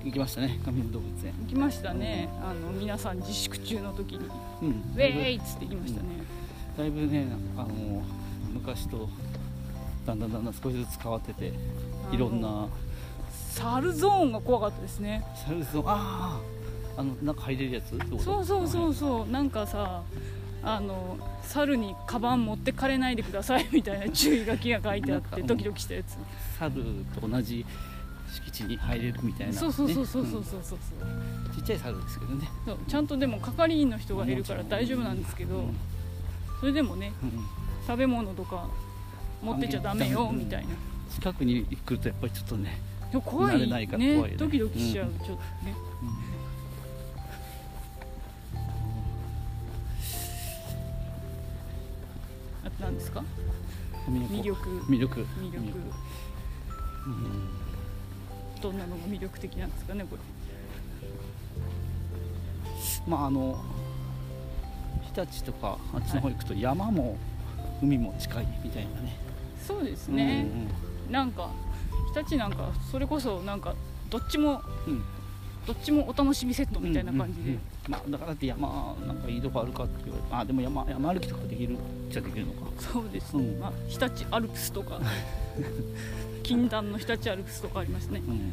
[SPEAKER 2] 行きましたね上野動物園
[SPEAKER 1] 行きましたねあの皆さん自粛中の時に「
[SPEAKER 2] うん
[SPEAKER 1] ウェーイ!」っつって行きましたね、
[SPEAKER 2] だいぶねあの昔とだんだんだんだん少しずつ変わってて
[SPEAKER 1] あの
[SPEAKER 2] いろんな
[SPEAKER 1] 猿ゾーンが怖かったですね
[SPEAKER 2] サルゾあああの中入れるやつってこと
[SPEAKER 1] そうそうそううそうなんかさあの猿にカバン持ってかれないでくださいみたいな注意書きが書いてあっ
[SPEAKER 2] なんか
[SPEAKER 1] て
[SPEAKER 2] うん
[SPEAKER 1] ドキドキしたやつ
[SPEAKER 2] サルと同じ敷地に入れるみたいな、ね、
[SPEAKER 1] そうそうそうそうそううそうそうそうん
[SPEAKER 2] ちっちゃいサルですけどね
[SPEAKER 1] そうちゃんとでも係員の人がいるから大丈夫なんですけ
[SPEAKER 2] う
[SPEAKER 1] ど
[SPEAKER 2] ん
[SPEAKER 1] それでもね
[SPEAKER 2] うん
[SPEAKER 1] 食べ物とか持ってちゃダメよみたいな
[SPEAKER 2] 近くに来るとやっぱりちょっとね、
[SPEAKER 1] でも怖
[SPEAKER 2] 慣
[SPEAKER 1] い
[SPEAKER 2] れないから怖いよね
[SPEAKER 1] ねドキドキしちゃう、
[SPEAKER 2] うん
[SPEAKER 1] ちょっとねあと何ですか魅力
[SPEAKER 2] 魅力
[SPEAKER 1] 魅力
[SPEAKER 2] うん
[SPEAKER 1] どんなのが魅力的なんですかねこれ
[SPEAKER 2] まああの日立とかあっちの方行くと山も海も近いみたいなね
[SPEAKER 1] そうですね、なんか日立なんかそれこそなんかどっちも
[SPEAKER 2] うんうんうん
[SPEAKER 1] どっちもお楽しみセットみたいな感じで、
[SPEAKER 2] うんうんうんまあだからって山なんかいいとこあるかって言われてあでも山山歩きとかできるっちゃできるのか
[SPEAKER 1] そうですね、
[SPEAKER 2] うん
[SPEAKER 1] まあ日立アルプスと か禁断の日立アルプスとかありますね
[SPEAKER 2] うん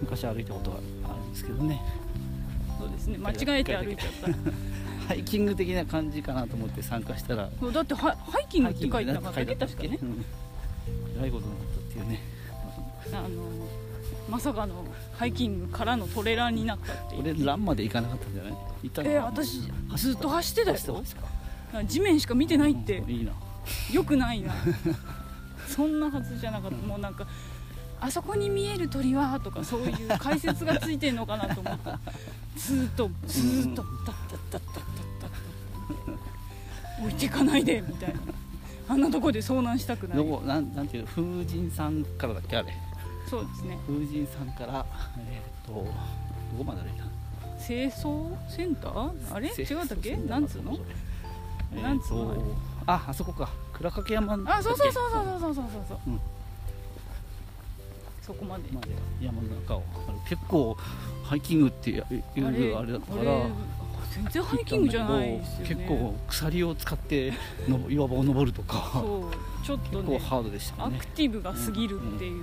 [SPEAKER 2] 昔歩いたことがあるんですけどね
[SPEAKER 1] そうですね間違えて歩いちゃ った
[SPEAKER 2] ハイキング的な感じかなと思って参加したら
[SPEAKER 1] そうだってはハイキングって書いてなかったね
[SPEAKER 2] ハイキングだ
[SPEAKER 1] 確かね
[SPEAKER 2] 書いてあったっけうんえらいことになったっていうね
[SPEAKER 1] あのまさかのハイキングからのトレラーになったっていう
[SPEAKER 2] 俺ランまで行かなかったんじゃない行ったの
[SPEAKER 1] えー私
[SPEAKER 2] 走
[SPEAKER 1] ずっと走ってたよ
[SPEAKER 2] 走ってた
[SPEAKER 1] あ地面しか見てないって
[SPEAKER 2] うんいいな
[SPEAKER 1] よくないなそんなはずじゃなかったもうなんかあそこに見える鳥はとかそういう解説がついてんのかなと思ったずーっとずーっとタッタッタッタッタッタッタッ置いてかないでみたいなあんなとこで遭難したくな
[SPEAKER 2] ど
[SPEAKER 1] い
[SPEAKER 2] こなんなんていう風神山からだっけあれ
[SPEAKER 1] そうですね
[SPEAKER 2] 風神山からえーっとどこまで歩いた
[SPEAKER 1] 清掃センターあれ
[SPEAKER 2] せ
[SPEAKER 1] 違ったっけ
[SPEAKER 2] そうそう
[SPEAKER 1] なんつうの
[SPEAKER 2] それ
[SPEAKER 1] なんつうの
[SPEAKER 2] えーっとああそこか倉掛山だっけ
[SPEAKER 1] あそうそうそうそうそうそうそうそう
[SPEAKER 2] うん
[SPEAKER 1] そこまで
[SPEAKER 2] まで山の中を結構ハイキングっていういうあれだったから
[SPEAKER 1] あれ全然ハイキングじゃないですよね
[SPEAKER 2] 結構鎖を使っての 岩場を登るとか
[SPEAKER 1] そうちょっと
[SPEAKER 2] 結構
[SPEAKER 1] ね
[SPEAKER 2] ハードでした
[SPEAKER 1] ア
[SPEAKER 2] ね
[SPEAKER 1] クティブが過ぎるっていう、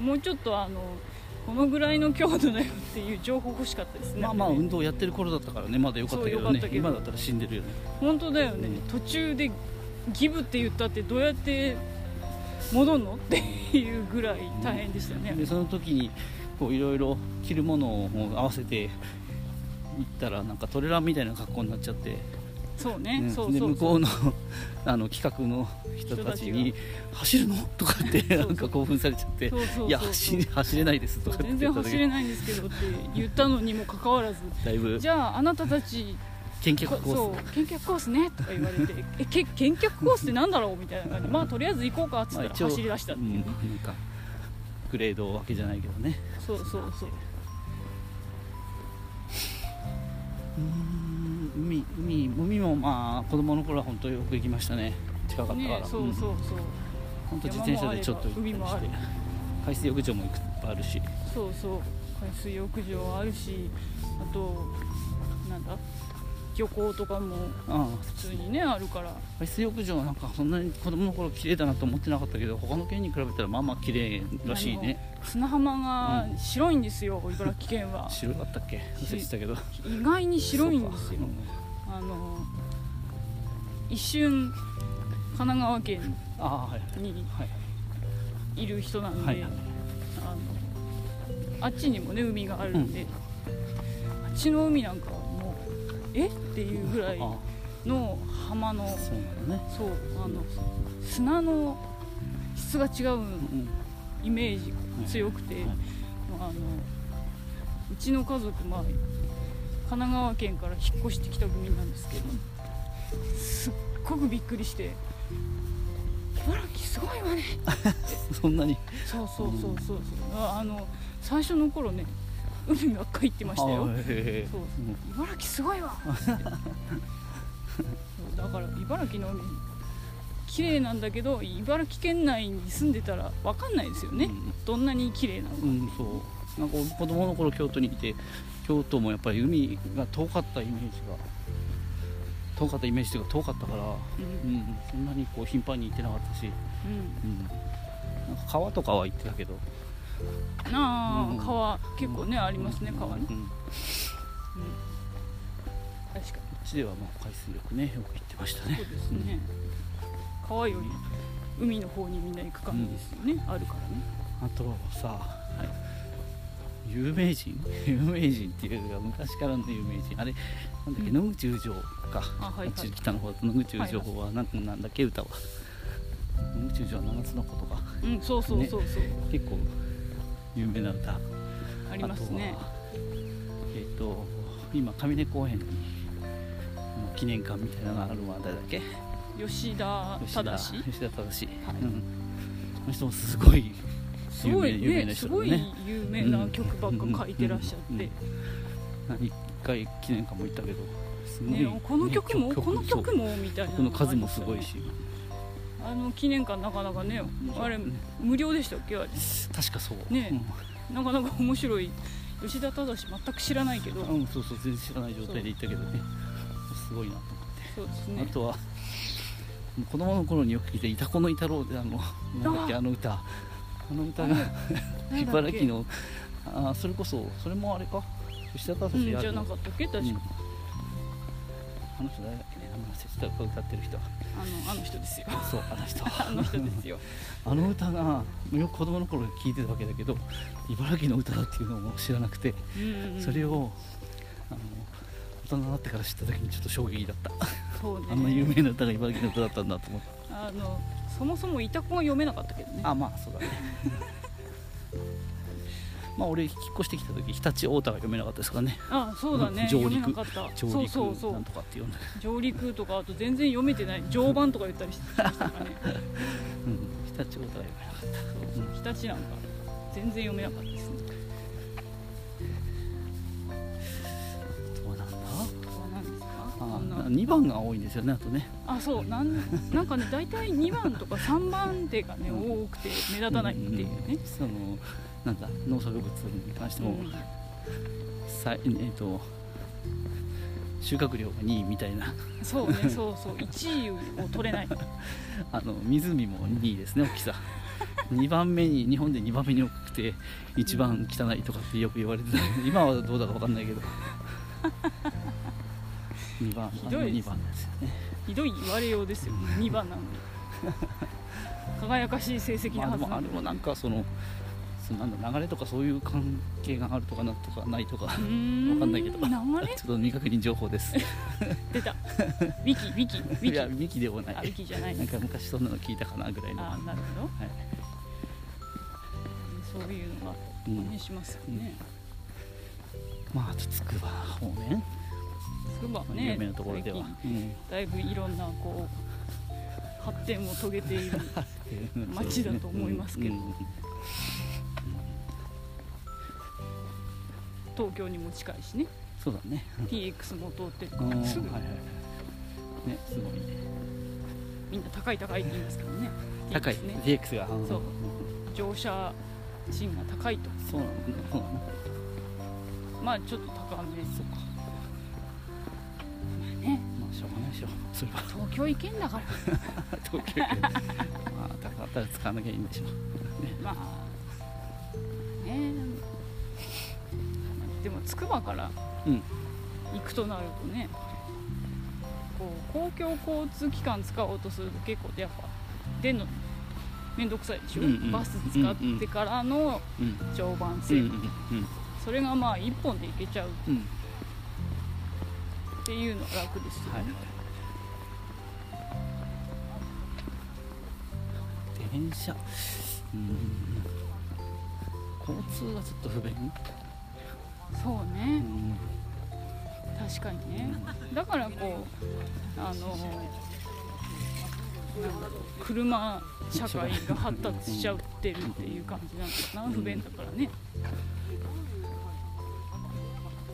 [SPEAKER 1] もうちょっとあのこのぐらいの強度だよっていう情報欲しかったですね
[SPEAKER 2] まあまあ
[SPEAKER 1] れね
[SPEAKER 2] 運動やってる頃だったからねまだ良かったけど
[SPEAKER 1] そう良か
[SPEAKER 2] ね
[SPEAKER 1] ったけど
[SPEAKER 2] 今だったら死んでるよね
[SPEAKER 1] 本当だよね、
[SPEAKER 2] うん
[SPEAKER 1] 途中でギブって言ったってどうやって戻んのっていうぐらい大変でしたね、
[SPEAKER 2] でその時にこういろいろ着るものを合わせて行ったらなんかトレランみたいな格好になっちゃって、
[SPEAKER 1] そうね、
[SPEAKER 2] うん
[SPEAKER 1] そう
[SPEAKER 2] で
[SPEAKER 1] そう
[SPEAKER 2] 向こうの あの企画の人たちに「走るの?」とかって
[SPEAKER 1] うそう
[SPEAKER 2] なんか興奮されちゃって
[SPEAKER 1] そうそうそうそう
[SPEAKER 2] いや走走れないです」とかって
[SPEAKER 1] 全
[SPEAKER 2] 言
[SPEAKER 1] 然
[SPEAKER 2] った時
[SPEAKER 1] 走れないんですけどって言ったのにもかかわらず
[SPEAKER 2] だいぶ
[SPEAKER 1] じゃああなたたち
[SPEAKER 2] 見客コー
[SPEAKER 1] そう見客コースねとか言われて えけ見客コースってなんだろうみたいな感じでまあとりあえず行こうかっつ
[SPEAKER 2] ス
[SPEAKER 1] ったら走り出したっていうね、
[SPEAKER 2] うんなんかグレードわけじゃないけどね
[SPEAKER 1] そうそうそう
[SPEAKER 2] うーん海海海もまあ子供の頃は本当よく行きましたね近かったから、
[SPEAKER 1] ねそうそうそう、
[SPEAKER 2] 本当自転車でちょっと行ったり
[SPEAKER 1] 山もあ
[SPEAKER 2] し
[SPEAKER 1] れ
[SPEAKER 2] て
[SPEAKER 1] ば海も
[SPEAKER 2] 海水浴場もいくつかあるし
[SPEAKER 1] そうそう海水浴場あるしあとなんだ漁港とかも
[SPEAKER 2] ああ
[SPEAKER 1] 普通にねあるから
[SPEAKER 2] 海水浴場はなんかそんなに子供の頃綺麗だなと思ってなかったけど他の県に比べたらまあまあ綺麗らしいね
[SPEAKER 1] 砂浜が白いんですよ、茨城県 は
[SPEAKER 2] 白かったっけ忘れてたけど
[SPEAKER 1] 意外に白いんですよ
[SPEAKER 2] そうか
[SPEAKER 1] あの一瞬神奈川県
[SPEAKER 2] ああはい
[SPEAKER 1] に
[SPEAKER 2] はい
[SPEAKER 1] いる人なんで、
[SPEAKER 2] はいはい
[SPEAKER 1] あのあっちにもね海があるんで、あっちの海なんかはもうえっていうぐらい
[SPEAKER 2] あ
[SPEAKER 1] の浜の
[SPEAKER 2] あそうなんだね
[SPEAKER 1] そうあの砂の質が違う
[SPEAKER 2] うん
[SPEAKER 1] イメージが強くて、
[SPEAKER 2] はいはい
[SPEAKER 1] まあ、あのうちの家族、まあ、神奈川県から引っ越してきた組なんですけどすっごくびっくりして「茨城すごいわね
[SPEAKER 2] そんなに」
[SPEAKER 1] そうそうそうそうそうああの最初の頃ね海ばっかり行ってましたよ
[SPEAKER 2] ああへえ
[SPEAKER 1] そう
[SPEAKER 2] うん
[SPEAKER 1] 茨城すごい わそうだから茨城の海綺麗なんだけど茨城県内に住んでたら分かんないですよね、
[SPEAKER 2] うん
[SPEAKER 1] どんなに綺麗なのか
[SPEAKER 2] うん、そうなんか子供の頃京都にいて京都もやっぱり海が遠かったイメージが遠かったイメージというか遠かったから、
[SPEAKER 1] うん
[SPEAKER 2] うんうん、そんなにこう頻繁に行ってなかったし、うん、なんか川とかは行ってたけど、
[SPEAKER 1] うんああ、
[SPEAKER 2] うん
[SPEAKER 1] 川結構ね、ありますね川ね、
[SPEAKER 2] う
[SPEAKER 1] うん
[SPEAKER 2] ん、こ
[SPEAKER 1] 確かに
[SPEAKER 2] っちではまあ海水浴ねよく行ってました
[SPEAKER 1] そ
[SPEAKER 2] ね
[SPEAKER 1] うですね川より海の方にみんな行く感じですよね、あるからね
[SPEAKER 2] あとはさ、有名人 有名人っていうか昔からの有名人あれなんだっ
[SPEAKER 1] う
[SPEAKER 2] け、
[SPEAKER 1] ん
[SPEAKER 2] 野口十条か
[SPEAKER 1] あはいはい
[SPEAKER 2] あっち北の方だと野口十条はなんかなんだっけ歌は野口十条は七つの子とか
[SPEAKER 1] うんそうそうそうそう、
[SPEAKER 2] 結構有名な歌あ
[SPEAKER 1] ありますね
[SPEAKER 2] とはえっ、と今上根公園にの記念館みたいなのがあるのは誰だっけ
[SPEAKER 1] 吉田
[SPEAKER 2] 吉田
[SPEAKER 1] 正
[SPEAKER 2] 吉田正、
[SPEAKER 1] はい
[SPEAKER 2] うんあの人もすごい
[SPEAKER 1] すごい
[SPEAKER 2] 有名有名
[SPEAKER 1] ね
[SPEAKER 2] な
[SPEAKER 1] す
[SPEAKER 2] 人
[SPEAKER 1] ご
[SPEAKER 2] だ
[SPEAKER 1] い
[SPEAKER 2] ね
[SPEAKER 1] 有名な曲ばっか書いてらっしゃっ
[SPEAKER 2] うんうん
[SPEAKER 1] て、
[SPEAKER 2] うん一回記念館も行ったけどすごい、
[SPEAKER 1] ね、この曲もこの曲
[SPEAKER 2] も
[SPEAKER 1] もみたいな
[SPEAKER 2] こ
[SPEAKER 1] が
[SPEAKER 2] の数もすごいし
[SPEAKER 1] あの記念館なかなかねあれ
[SPEAKER 2] うん
[SPEAKER 1] 無料でしたっけあれ
[SPEAKER 2] 確かそう、
[SPEAKER 1] ね
[SPEAKER 2] うん
[SPEAKER 1] なかなか面白い吉田忠全く知らないけど、
[SPEAKER 2] うんそうそう全然知らない状態で行ったけどねすごいなと思って、
[SPEAKER 1] そうですね
[SPEAKER 2] あとは子供の頃によく聞いて「いたこのいたろう」であのなんだっけ
[SPEAKER 1] あ
[SPEAKER 2] あの歌あの歌が
[SPEAKER 1] なんだっ
[SPEAKER 2] 茨
[SPEAKER 1] け
[SPEAKER 2] 城のあーそれこそそれもあれか吉田
[SPEAKER 1] う
[SPEAKER 2] 達
[SPEAKER 1] ん
[SPEAKER 2] 也
[SPEAKER 1] じ
[SPEAKER 2] やる
[SPEAKER 1] ゃなかったっけ確か、
[SPEAKER 2] うんあの人誰だっけね名前忘れてたこれ歌ってる人
[SPEAKER 1] あのあの人ですよ
[SPEAKER 2] そうあの人
[SPEAKER 1] あの人ですよ
[SPEAKER 2] あの歌がよく子供の頃聞いてたわけだけど茨城の歌だっていうのも知らなくて、
[SPEAKER 1] うんうん
[SPEAKER 2] それをあの大人になってから知った時にちょっと衝撃だった、
[SPEAKER 1] そうね
[SPEAKER 2] あんな有名な歌が茨城の歌だったんだと思って
[SPEAKER 1] あのそもそもいたこが読めなかったけどね
[SPEAKER 2] あま あそうだねまあ俺引っ越してきた時日立太田が読めなかったですからね
[SPEAKER 1] あそうだね
[SPEAKER 2] 上
[SPEAKER 1] 読めな
[SPEAKER 2] 陸
[SPEAKER 1] かった
[SPEAKER 2] 上
[SPEAKER 1] そう
[SPEAKER 2] 陸
[SPEAKER 1] そうそ
[SPEAKER 2] なん
[SPEAKER 1] う
[SPEAKER 2] とかって読んだけ
[SPEAKER 1] 上陸とかあと全然読めてない常磐とか言ったりしてましたからね
[SPEAKER 2] ど、うん、日立太田が読めなかった
[SPEAKER 1] そうそう日立なんか全然読めなかったですね
[SPEAKER 2] どうなんだ
[SPEAKER 1] そうなんですかそんな
[SPEAKER 2] あ2番が多いんですよねあとね
[SPEAKER 1] あそうなんなんかね大体2番とか3番手がね多くて目立たないっていうね、
[SPEAKER 2] そのなんだ農作物に関しても、
[SPEAKER 1] うん
[SPEAKER 2] さえー、と収穫量が2位みたいな
[SPEAKER 1] そうねそうそう1位を取れない
[SPEAKER 2] あの湖も2位ですね大 きさ2番目に日本で2番目に大きくて一番汚いとかってよく言われて たけど今はどうだか分かんないけど2番
[SPEAKER 1] ひどいで
[SPEAKER 2] 2
[SPEAKER 1] すね
[SPEAKER 2] 番ですよね
[SPEAKER 1] ひどい言われようですよ2番なのに輝かしい成績な
[SPEAKER 2] まあ
[SPEAKER 1] は
[SPEAKER 2] で
[SPEAKER 1] ず
[SPEAKER 2] もあ
[SPEAKER 1] な
[SPEAKER 2] れ
[SPEAKER 1] のに
[SPEAKER 2] もなんかそのそのなんだ流れとかそういう関係があるとかなんとかないとか
[SPEAKER 1] うー
[SPEAKER 2] わかんないけど
[SPEAKER 1] 流れ
[SPEAKER 2] ちょっと未確認情 報です
[SPEAKER 1] 出 たウィキウィキウィ
[SPEAKER 2] い
[SPEAKER 1] キ
[SPEAKER 2] やミキでもな
[SPEAKER 1] あウィ
[SPEAKER 2] い
[SPEAKER 1] キじゃない
[SPEAKER 2] なんか昔そんなの聞いたかなぐらいの
[SPEAKER 1] あなるほど
[SPEAKER 2] はい
[SPEAKER 1] そういうのが
[SPEAKER 2] うん
[SPEAKER 1] しますよね
[SPEAKER 2] まああとつくば方面
[SPEAKER 1] つくばは
[SPEAKER 2] 有
[SPEAKER 1] ね
[SPEAKER 2] 名なところでは、
[SPEAKER 1] 最近
[SPEAKER 2] うん
[SPEAKER 1] だいぶいろんなこう発展を遂げてい る街だと思いますけど
[SPEAKER 2] うんうん
[SPEAKER 1] 東京にも近いしね
[SPEAKER 2] そうだね
[SPEAKER 1] TX も通ってる
[SPEAKER 2] う
[SPEAKER 1] か
[SPEAKER 2] ん
[SPEAKER 1] らすぐ
[SPEAKER 2] はいはいはいねすごいね
[SPEAKER 1] みんな高い高いって言いますけどね
[SPEAKER 2] 高い
[SPEAKER 1] TX ね
[SPEAKER 2] DX が
[SPEAKER 1] そうん乗車賃が高いと
[SPEAKER 2] そうなんだそうなんだ
[SPEAKER 1] まあちょっと高めそうかまあね
[SPEAKER 2] まあしょうがないでしょそれは
[SPEAKER 1] 東京行けんだから
[SPEAKER 2] 東京圏まあ高かったら使わなきゃいいんでしょ
[SPEAKER 1] まあねでもつくばから
[SPEAKER 2] うん
[SPEAKER 1] 行くとなるとねこう公共交通機関使おうとすると結構やっぱ出んの面倒くさいでしょ、
[SPEAKER 2] うんうん
[SPEAKER 1] バス使ってからの
[SPEAKER 2] うん
[SPEAKER 1] 常磐
[SPEAKER 2] うん
[SPEAKER 1] 線、
[SPEAKER 2] うんうん
[SPEAKER 1] それがまあ1本で行けちゃう
[SPEAKER 2] うん
[SPEAKER 1] っていうのが楽ですよね、
[SPEAKER 2] はい電車うん交通がちょっと不便
[SPEAKER 1] そう
[SPEAKER 2] う
[SPEAKER 1] ね
[SPEAKER 2] ん
[SPEAKER 1] 確かにねだからこうあのなんだろう車社会が発達しちゃってるっていう感じなんだかな不便だからね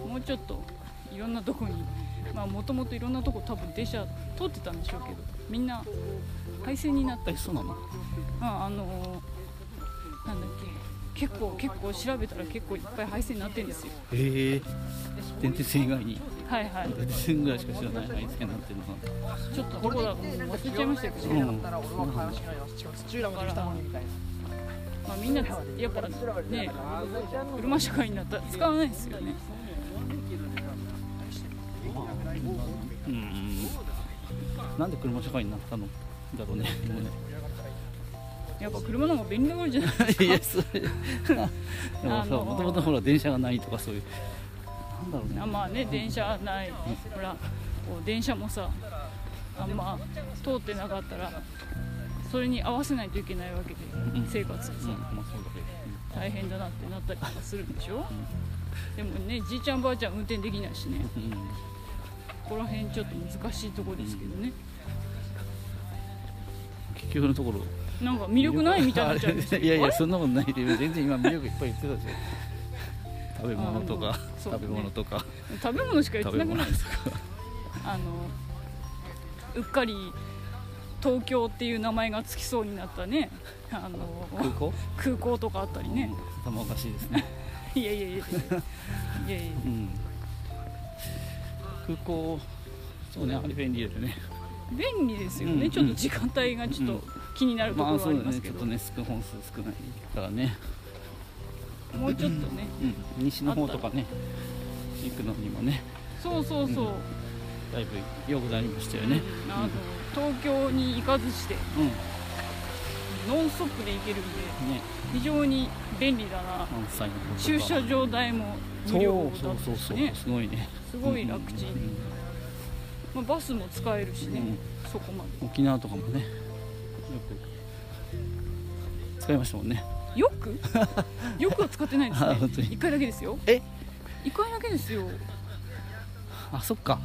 [SPEAKER 1] もうちょっといろんなとこにまあもともといろんなとこ多分電車通ってたんでしょうけどみんな廃線になった
[SPEAKER 2] え
[SPEAKER 1] り
[SPEAKER 2] そうなの
[SPEAKER 1] まああのなんだっけ結構結構調べたら結構いっぱい廃線になってんですよ
[SPEAKER 2] へえ電鉄線以外に
[SPEAKER 1] はいはい
[SPEAKER 2] 電鉄線ぐらいしか知らない愛知県なんていうのか
[SPEAKER 1] ちょっとどこだかもう忘れちゃいましたけど、
[SPEAKER 2] うん
[SPEAKER 1] だから、まあ、みんなやっぱね車社会になったら使わないですよね
[SPEAKER 2] うんうんなんで車社会になったのだろうねもうね
[SPEAKER 1] やっぱ車の方が便利なものじゃない
[SPEAKER 2] いやそれでも
[SPEAKER 1] あ
[SPEAKER 2] さ
[SPEAKER 1] の
[SPEAKER 2] もともとほら電車がないとかそういうなんだろうね
[SPEAKER 1] あまあね電車ないほらこう電車もさあんま通ってなかったらそれに合わせないといけないわけで
[SPEAKER 2] うん
[SPEAKER 1] 生活がさ
[SPEAKER 2] うんまあそうだけど
[SPEAKER 1] 大変だなってなったりとかするんでしょでもねじいちゃんばあちゃん運転できないしね
[SPEAKER 2] うんうん
[SPEAKER 1] ここら辺ちょっと難しいとこですけどね
[SPEAKER 2] 結局のところ
[SPEAKER 1] なんか魅力ないみたいになっちゃう
[SPEAKER 2] いやいやそんなことないで全然今魅力いっぱい言ってた じゃん食べ物と
[SPEAKER 1] あ
[SPEAKER 2] か
[SPEAKER 1] ーそうだ
[SPEAKER 2] 食
[SPEAKER 1] ね
[SPEAKER 2] べ物とか
[SPEAKER 1] 食べ物しか言っ
[SPEAKER 2] 食
[SPEAKER 1] て
[SPEAKER 2] べ
[SPEAKER 1] なく
[SPEAKER 2] 物
[SPEAKER 1] な
[SPEAKER 2] と
[SPEAKER 1] い
[SPEAKER 2] か
[SPEAKER 1] あのうっかり東京っていう名前がつきそうになったねあの
[SPEAKER 2] 空港
[SPEAKER 1] 空港とかあったりね、
[SPEAKER 2] うん頭おかしいですね、
[SPEAKER 1] いやいやいやいやいや
[SPEAKER 2] うん、空港そうねあれ便利ですね
[SPEAKER 1] 便利ですよね、
[SPEAKER 2] うん
[SPEAKER 1] ちょっと時間帯がちょっと気になるとこ
[SPEAKER 2] ま
[SPEAKER 1] ろ
[SPEAKER 2] あ
[SPEAKER 1] は
[SPEAKER 2] そ
[SPEAKER 1] あ
[SPEAKER 2] う
[SPEAKER 1] り
[SPEAKER 2] だ
[SPEAKER 1] ま
[SPEAKER 2] ね
[SPEAKER 1] すけ
[SPEAKER 2] ちょっ
[SPEAKER 1] ど、
[SPEAKER 2] とね少本数少ないからね、
[SPEAKER 1] もうちょっとね
[SPEAKER 2] うん、西の方とかね行くのにもね
[SPEAKER 1] そうそうそう、
[SPEAKER 2] だいぶ良くなりましたよね
[SPEAKER 1] あの東京に行かずして
[SPEAKER 2] うん、
[SPEAKER 1] ノンストップで行けるんで
[SPEAKER 2] ね
[SPEAKER 1] 非常に便利だな
[SPEAKER 2] 関西の方とか
[SPEAKER 1] 駐車場代も
[SPEAKER 2] そ
[SPEAKER 1] 無
[SPEAKER 2] う
[SPEAKER 1] 料だったし
[SPEAKER 2] そう
[SPEAKER 1] ね
[SPEAKER 2] そうそう、すごいね
[SPEAKER 1] すごい楽ちん、
[SPEAKER 2] うん
[SPEAKER 1] まあ、バスも使えるしね、そこまで
[SPEAKER 2] 沖縄とかもねよく使いましたもんね
[SPEAKER 1] よ くよくは使ってないです
[SPEAKER 2] あ
[SPEAKER 1] ね
[SPEAKER 2] 本当に
[SPEAKER 1] 一回だけですよ
[SPEAKER 2] え
[SPEAKER 1] 一回だけですよ
[SPEAKER 2] あそっか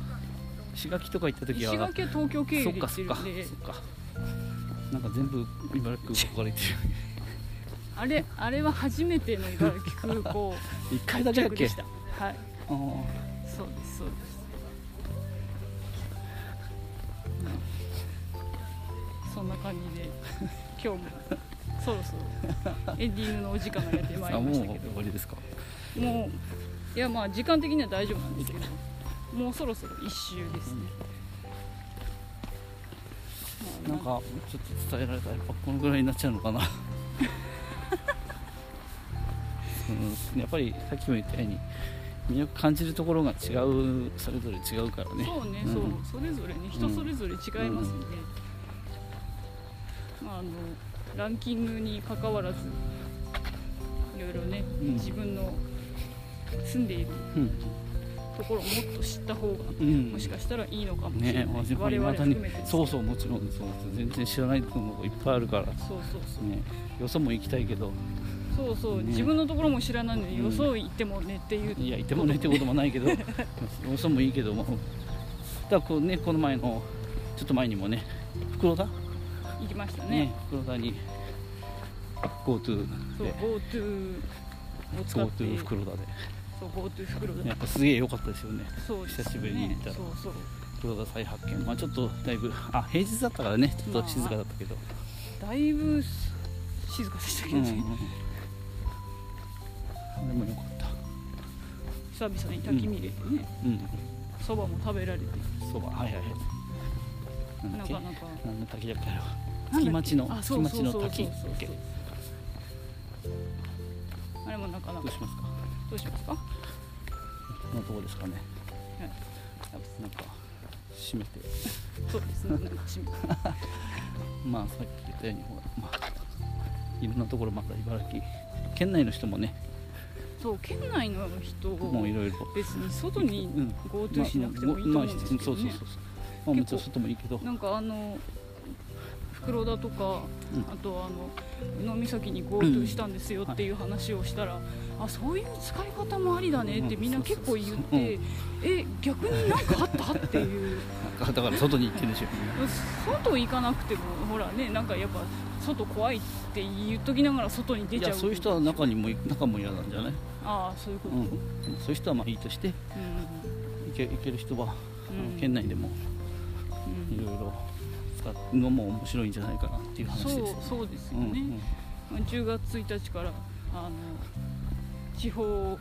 [SPEAKER 2] 石垣とか行った時
[SPEAKER 1] 石
[SPEAKER 2] は
[SPEAKER 1] 垣は東京経由
[SPEAKER 2] そっ
[SPEAKER 1] で
[SPEAKER 2] か
[SPEAKER 1] 行って
[SPEAKER 2] そっ
[SPEAKER 1] る
[SPEAKER 2] か
[SPEAKER 1] んで
[SPEAKER 2] そっかなんか全部茨城空港から行って る
[SPEAKER 1] あれあれは初めての茨城空港
[SPEAKER 2] 一回だけだっ
[SPEAKER 1] 着
[SPEAKER 2] け
[SPEAKER 1] でしたはい
[SPEAKER 2] あー
[SPEAKER 1] そうですそうですそんな感じで 今日もそろそろエンディングのお時間がやってまい
[SPEAKER 2] あ
[SPEAKER 1] りま
[SPEAKER 2] もう
[SPEAKER 1] した
[SPEAKER 2] 終
[SPEAKER 1] けど
[SPEAKER 2] わりですか
[SPEAKER 1] もういやまあ時間的には大丈夫なんですけどもうそろそろ一周ですね、
[SPEAKER 2] なんかちょっと伝えられたらやっぱこのぐらいになっちゃうのかな うんやっぱりさっきも言ったように魅力感じるところが違うそれぞれ違うからね
[SPEAKER 1] そうね、
[SPEAKER 2] うん
[SPEAKER 1] そうそれぞれね人それぞれ違いますね、まあ、あのランキングに関わらずいろいろね、
[SPEAKER 2] うん
[SPEAKER 1] 自分の住んでいる
[SPEAKER 2] うん、
[SPEAKER 1] ところをもっと知った方が
[SPEAKER 2] うん、
[SPEAKER 1] もしかしたらいいのかもしれない、
[SPEAKER 2] ね私も
[SPEAKER 1] 我々
[SPEAKER 2] 未だ
[SPEAKER 1] 含
[SPEAKER 2] に
[SPEAKER 1] めて
[SPEAKER 2] そうそうもちろんそうです全然知らないとこもいっぱいあるからね
[SPEAKER 1] そうそうそう
[SPEAKER 2] よそも行きたいけど
[SPEAKER 1] そうそう、
[SPEAKER 2] ね
[SPEAKER 1] 自分のところも知らないのに、
[SPEAKER 2] うん
[SPEAKER 1] よそ行ってもねっていう
[SPEAKER 2] いやいてもねってこともないけ どよそもいいけどもだからこうねこの前のちょっと前にもね袋田ね
[SPEAKER 1] 行きましたね
[SPEAKER 2] 袋田に GoTo
[SPEAKER 1] そう
[SPEAKER 2] で
[SPEAKER 1] GoTo を使って
[SPEAKER 2] GoTo 袋田で、ね、
[SPEAKER 1] そう GoTo 袋だ、
[SPEAKER 2] やっぱすげえ良かったですよね
[SPEAKER 1] そうですね
[SPEAKER 2] 久しぶりに行ったら
[SPEAKER 1] そうそう
[SPEAKER 2] 袋田再発見まあちょっとだいぶあ平日だったからねちょっ
[SPEAKER 1] ま
[SPEAKER 2] と
[SPEAKER 1] あ
[SPEAKER 2] 静かだったけど、
[SPEAKER 1] だいぶ静かでしたけ
[SPEAKER 2] う
[SPEAKER 1] ど
[SPEAKER 2] んう
[SPEAKER 1] ね、
[SPEAKER 2] んでも良かった
[SPEAKER 1] 久々に焚き火入れてね
[SPEAKER 2] うん
[SPEAKER 1] そば、も食べられて
[SPEAKER 2] そばはいはいはいなんだ
[SPEAKER 1] な
[SPEAKER 2] っ
[SPEAKER 1] か
[SPEAKER 2] け
[SPEAKER 1] なか
[SPEAKER 2] 何の滝だっけあれは
[SPEAKER 1] なん
[SPEAKER 2] 月
[SPEAKER 1] だっけ
[SPEAKER 2] 町の
[SPEAKER 1] あ
[SPEAKER 2] 月
[SPEAKER 1] そう
[SPEAKER 2] 町
[SPEAKER 1] そう
[SPEAKER 2] の
[SPEAKER 1] そうそう
[SPEAKER 2] 滝
[SPEAKER 1] そう
[SPEAKER 2] だっけど
[SPEAKER 1] あれもなかなか
[SPEAKER 2] うしますか
[SPEAKER 1] どうしますか
[SPEAKER 2] このとこですかね
[SPEAKER 1] はい
[SPEAKER 2] なんか閉めて
[SPEAKER 1] そうですねなんか閉めて
[SPEAKER 2] まあさっき言ったようにほらまあいろんなところまた茨城県内の人もね
[SPEAKER 1] そう県内の人
[SPEAKER 2] もういろいろ
[SPEAKER 1] 別に外に
[SPEAKER 2] うん
[SPEAKER 1] GoTo しなくてもいいと思うんですけ
[SPEAKER 2] まあまあまあそう
[SPEAKER 1] ど
[SPEAKER 2] そう
[SPEAKER 1] ね
[SPEAKER 2] そうそうまあもちろん外もいいけど
[SPEAKER 1] なんかあの袋田とか、
[SPEAKER 2] うん
[SPEAKER 1] あとあの宇野岬に GoTo したんですよっていう話をしたら、あそういう使い方もありだねって
[SPEAKER 2] うん
[SPEAKER 1] みんな結構言っ
[SPEAKER 2] そうそうそう
[SPEAKER 1] て、
[SPEAKER 2] う
[SPEAKER 1] え逆になんかあったっていう
[SPEAKER 2] なんかだから外に行ってるでしょ
[SPEAKER 1] 外行かなくてもほらねなんかやっぱ外怖いって言っときながら外に
[SPEAKER 2] み
[SPEAKER 1] 出
[SPEAKER 2] ん
[SPEAKER 1] ち
[SPEAKER 2] な
[SPEAKER 1] ゃ
[SPEAKER 2] いうやそういう人は中にも中も嫌なんじゃない、
[SPEAKER 1] ああそういうこ
[SPEAKER 2] う
[SPEAKER 1] と、うん
[SPEAKER 2] ん、そういう人はまあいいとして行け行ける人は、
[SPEAKER 1] うん
[SPEAKER 2] あの県内でも
[SPEAKER 1] うん
[SPEAKER 2] いろいろ使うのも面白いんじゃないかなっていう話
[SPEAKER 1] そ
[SPEAKER 2] で
[SPEAKER 1] う
[SPEAKER 2] すよ
[SPEAKER 1] そうです
[SPEAKER 2] う
[SPEAKER 1] よ
[SPEAKER 2] ん
[SPEAKER 1] ね、まあ10月1日からあの地方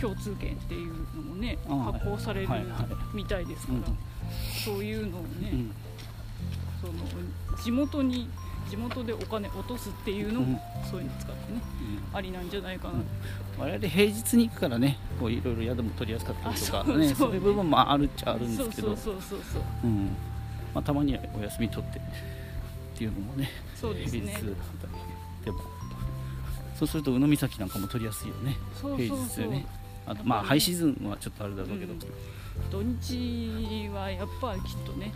[SPEAKER 1] 共通券っていうのもね
[SPEAKER 2] ああ
[SPEAKER 1] 発行される
[SPEAKER 2] はいはい
[SPEAKER 1] みたいですから、
[SPEAKER 2] うん
[SPEAKER 1] そういうのをね、
[SPEAKER 2] うん
[SPEAKER 1] その地元に地元でお金落とすっていうのも、そういうの使ってねありなんじゃないかな、
[SPEAKER 2] 我々平日に行くからねこういろいろ宿も取り扱ったりとか
[SPEAKER 1] あそう
[SPEAKER 2] ね
[SPEAKER 1] そう
[SPEAKER 2] そういう部分もあるっちゃあるんで
[SPEAKER 1] そう
[SPEAKER 2] すけ
[SPEAKER 1] そ
[SPEAKER 2] ど
[SPEAKER 1] うそうそうそう
[SPEAKER 2] うんまあたまにはお休み取ってっていうのもね
[SPEAKER 1] そうです
[SPEAKER 2] 平
[SPEAKER 1] ね
[SPEAKER 2] 日でもそうすると宇野岬なんかも取りやすいよね
[SPEAKER 1] そうそうそう
[SPEAKER 2] 平日でねあとまあハイシーズンはちょっとあれだろうけど、
[SPEAKER 1] うん土日はやっぱきっとね